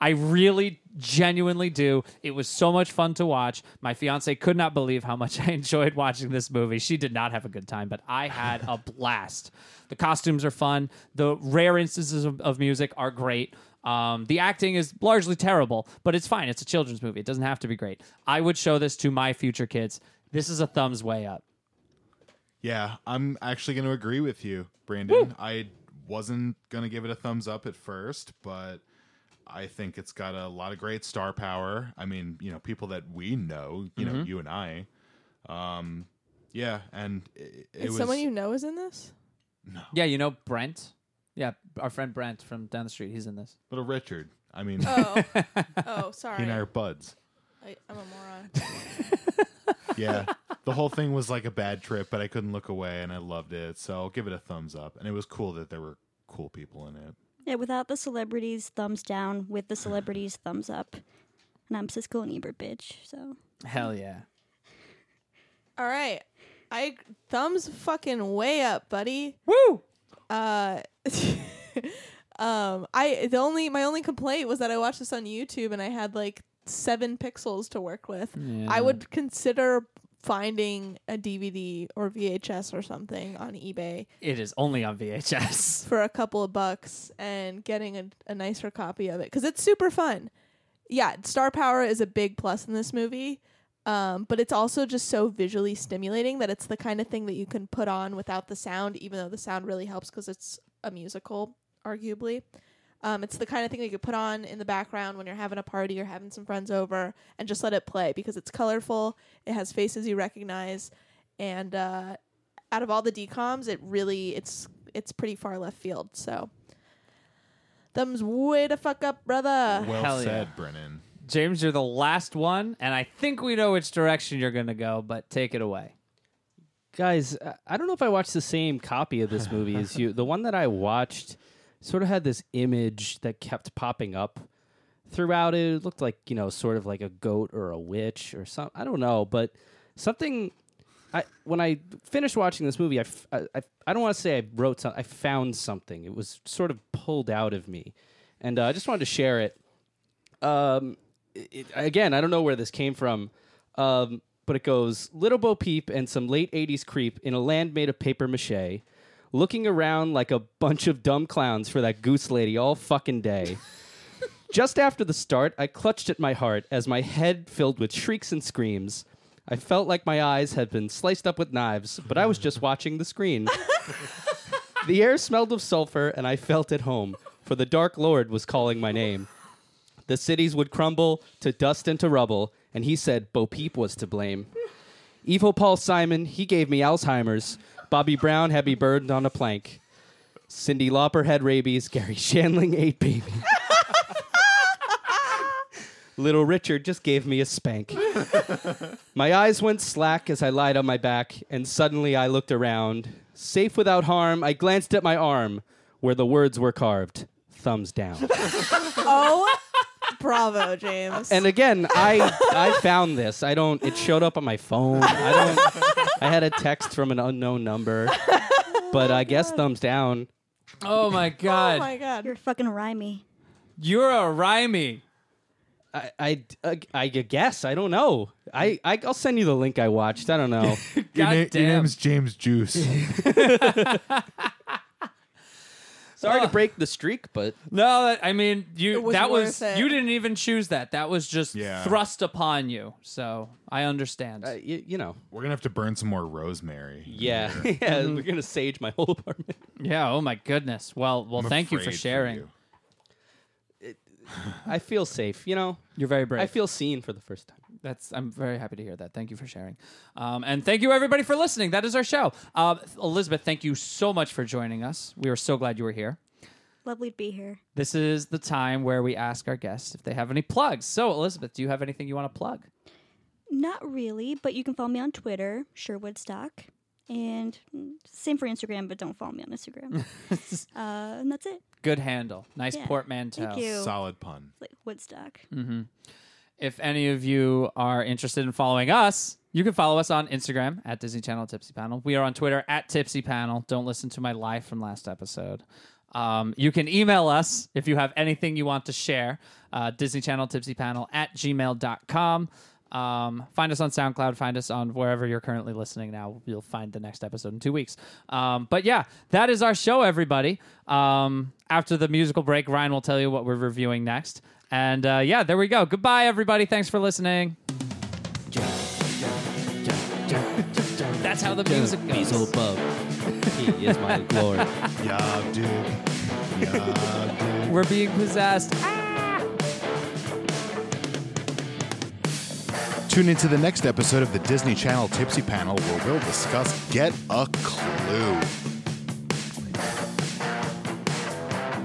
[SPEAKER 3] I really genuinely do. It was so much fun to watch. My fiance could not believe how much (laughs) I enjoyed watching this movie. She did not have a good time, but I had (laughs) a blast. The costumes are fun. The rare instances of, of music are great. Um, the acting is largely terrible, but it's fine. It's a children's movie. It doesn't have to be great. I would show this to my future kids. This is a thumbs way up.
[SPEAKER 1] Yeah, I'm actually going to agree with you, Brandon. I wasn't going to give it a thumbs up at first, but I think it's got a lot of great star power. I mean, you know, people that we know, you know, you and I. Um, yeah, and it, it
[SPEAKER 2] Is
[SPEAKER 1] was
[SPEAKER 2] someone you know is in this?
[SPEAKER 3] Yeah, you know Brent. Yeah, our friend Brent from down the street. He's in this.
[SPEAKER 1] little Richard. I mean, he
[SPEAKER 2] Oh, oh, sorry.
[SPEAKER 1] and I are buds.
[SPEAKER 2] I, I'm a moron.
[SPEAKER 1] Yeah. the whole thing was like a bad trip, but I couldn't look away and I loved it. So I'll give it a thumbs up. And it was cool that there were cool people in it.
[SPEAKER 6] Yeah, without the celebrities, thumbs down. With the celebrities, thumbs up. And I'm Siskel and Ebert, bitch. So
[SPEAKER 3] Hell yeah.
[SPEAKER 2] All right. I thumbs fucking way up, buddy.
[SPEAKER 3] Woo!
[SPEAKER 2] Uh (laughs) um I the only my only complaint was that I watched this on YouTube and I had like 7 pixels to work with. I would consider finding a DVD or VHS or something on eBay
[SPEAKER 3] It is only on VHS.
[SPEAKER 2] for a couple of bucks and getting a, a nicer copy of it cuz it's super fun. Yeah, star power is a big plus in this movie. Um, but it's also just so visually stimulating that it's the kind of thing that you can put on without the sound, even though the sound really helps because it's a musical, arguably. Um, it's the kind of thing that you could put on in the background when you're having a party or having some friends over and just let it play because it's colorful, it has faces you recognize, and uh, out of all the decoms, it really it's it's pretty far left field. So, thumbs way to fuck up, brother.
[SPEAKER 1] Well
[SPEAKER 3] Hell
[SPEAKER 1] said,
[SPEAKER 3] yeah.
[SPEAKER 1] Brennan.
[SPEAKER 3] James, you're the last one, and I think we know which direction you're going to go, but take it away.
[SPEAKER 4] guys I- i don't know if i watched the same copy of this movie as you the one that i watched sort of had this image that kept popping up throughout it it looked like you know sort of like a goat or a witch or something i don't know but something I, when I finished watching this movie, I, f- I, I- I don't want to say I wrote something. I found something. It was sort of pulled out of me, and uh, I just wanted to share it. Um, it, it- again, I don't know where this came from, um, but it goes Little Bo Peep and some late 80s creep in a land made of paper mache, looking around like a bunch of dumb clowns for that goose lady all fucking day. Just after the start, I clutched at my heart as my head filled with shrieks and screams. I felt like my eyes had been sliced up with knives, but I was just watching the screen. the air smelled of sulfur, and I felt at home, for the Dark Lord was calling my name. The cities would crumble to dust and to rubble, and he said Bo Peep was to blame. Evil Paul Simon, he gave me Alzheimer's. Bobby Brown had me burned on a plank. Cindy Lauper had rabies. Gary (laughs) Shandling ate baby. (laughs) Little Richard just gave me a spank. (laughs) my eyes went slack as I lied on my back, and suddenly I looked around. Safe without harm, I glanced at my arm, where the words were carved. Thumbs down. (laughs)
[SPEAKER 2] Oh, bravo, James.
[SPEAKER 4] And again, I I found this. I don't. It showed up on my phone. I don't. I had a text from an unknown number, but I guess thumbs down.
[SPEAKER 3] Oh my
[SPEAKER 2] (laughs)
[SPEAKER 3] God.
[SPEAKER 2] oh my god.
[SPEAKER 6] you're fucking rhymey.
[SPEAKER 3] You're a rhymey.
[SPEAKER 4] I I, I, I guess I don't know. I, I I'll send you the link I watched. I don't know.
[SPEAKER 1] Your,
[SPEAKER 3] God
[SPEAKER 1] na- your
[SPEAKER 3] damn.
[SPEAKER 1] name's James Juice.
[SPEAKER 4] (laughs) Sorry to break the streak, but
[SPEAKER 3] No, that- I mean you.
[SPEAKER 2] It was
[SPEAKER 3] that
[SPEAKER 2] worth
[SPEAKER 3] was
[SPEAKER 2] it.
[SPEAKER 3] you didn't even choose that. That was just
[SPEAKER 1] Yeah.
[SPEAKER 3] thrust upon you. So I understand.
[SPEAKER 4] uh, you, you know.
[SPEAKER 1] We're gonna have to burn some more rosemary.
[SPEAKER 4] Yeah, (laughs) yeah. We're gonna sage my whole apartment.
[SPEAKER 3] yeah. Oh my goodness. Well, well.
[SPEAKER 1] I'm
[SPEAKER 3] thank you for
[SPEAKER 1] afraid
[SPEAKER 3] sharing.
[SPEAKER 1] you.
[SPEAKER 4] I feel safe. You know.
[SPEAKER 3] are very brave.
[SPEAKER 4] I feel seen for the first time.
[SPEAKER 3] That's I'm very happy to hear that. Thank you for sharing, um, and thank you everybody for listening. That is our show. Uh, Elizabeth, thank you so much for joining us. We are so glad you were here.
[SPEAKER 6] Lovely to be here.
[SPEAKER 3] This is the time where we ask our guests if they have any plugs. So, Elizabeth, do you have anything you want to plug?
[SPEAKER 6] Not really, but you can follow me on Twitter, Sherwoodstock. And mm, same for Instagram, but don't follow me on Instagram. uh, and that's it.
[SPEAKER 3] Good handle, nice
[SPEAKER 6] Yeah.
[SPEAKER 3] portmanteau.
[SPEAKER 6] Thank you.
[SPEAKER 1] Solid pun.
[SPEAKER 6] Like Woodstock.
[SPEAKER 3] if any of you are interested in following us, you can follow us on Instagram at Disney Channel Tipsy Panel. We are on Twitter at Tipsy Panel. Don't listen to my lie from last episode. Um, you can email us if you have anything you want to share. Uh, Disney Channel Tipsy Panel at gmail.com. Um, find us on SoundCloud. Find us on wherever you're currently listening now. You'll find the next episode in two weeks. Um, but yeah, that is our show, everybody. Um, after the musical break, Ryan will tell you what we're reviewing next. And uh, yeah, there we go. Goodbye, everybody. Thanks for listening. That's how the music goes.
[SPEAKER 4] Beelzebub, he is my lord.
[SPEAKER 1] Yeah, dude. Yeah, dude.
[SPEAKER 3] We're being possessed.
[SPEAKER 1] Tune into the next episode of the Disney Channel Tipsy Panel where we'll discuss Get a Clue.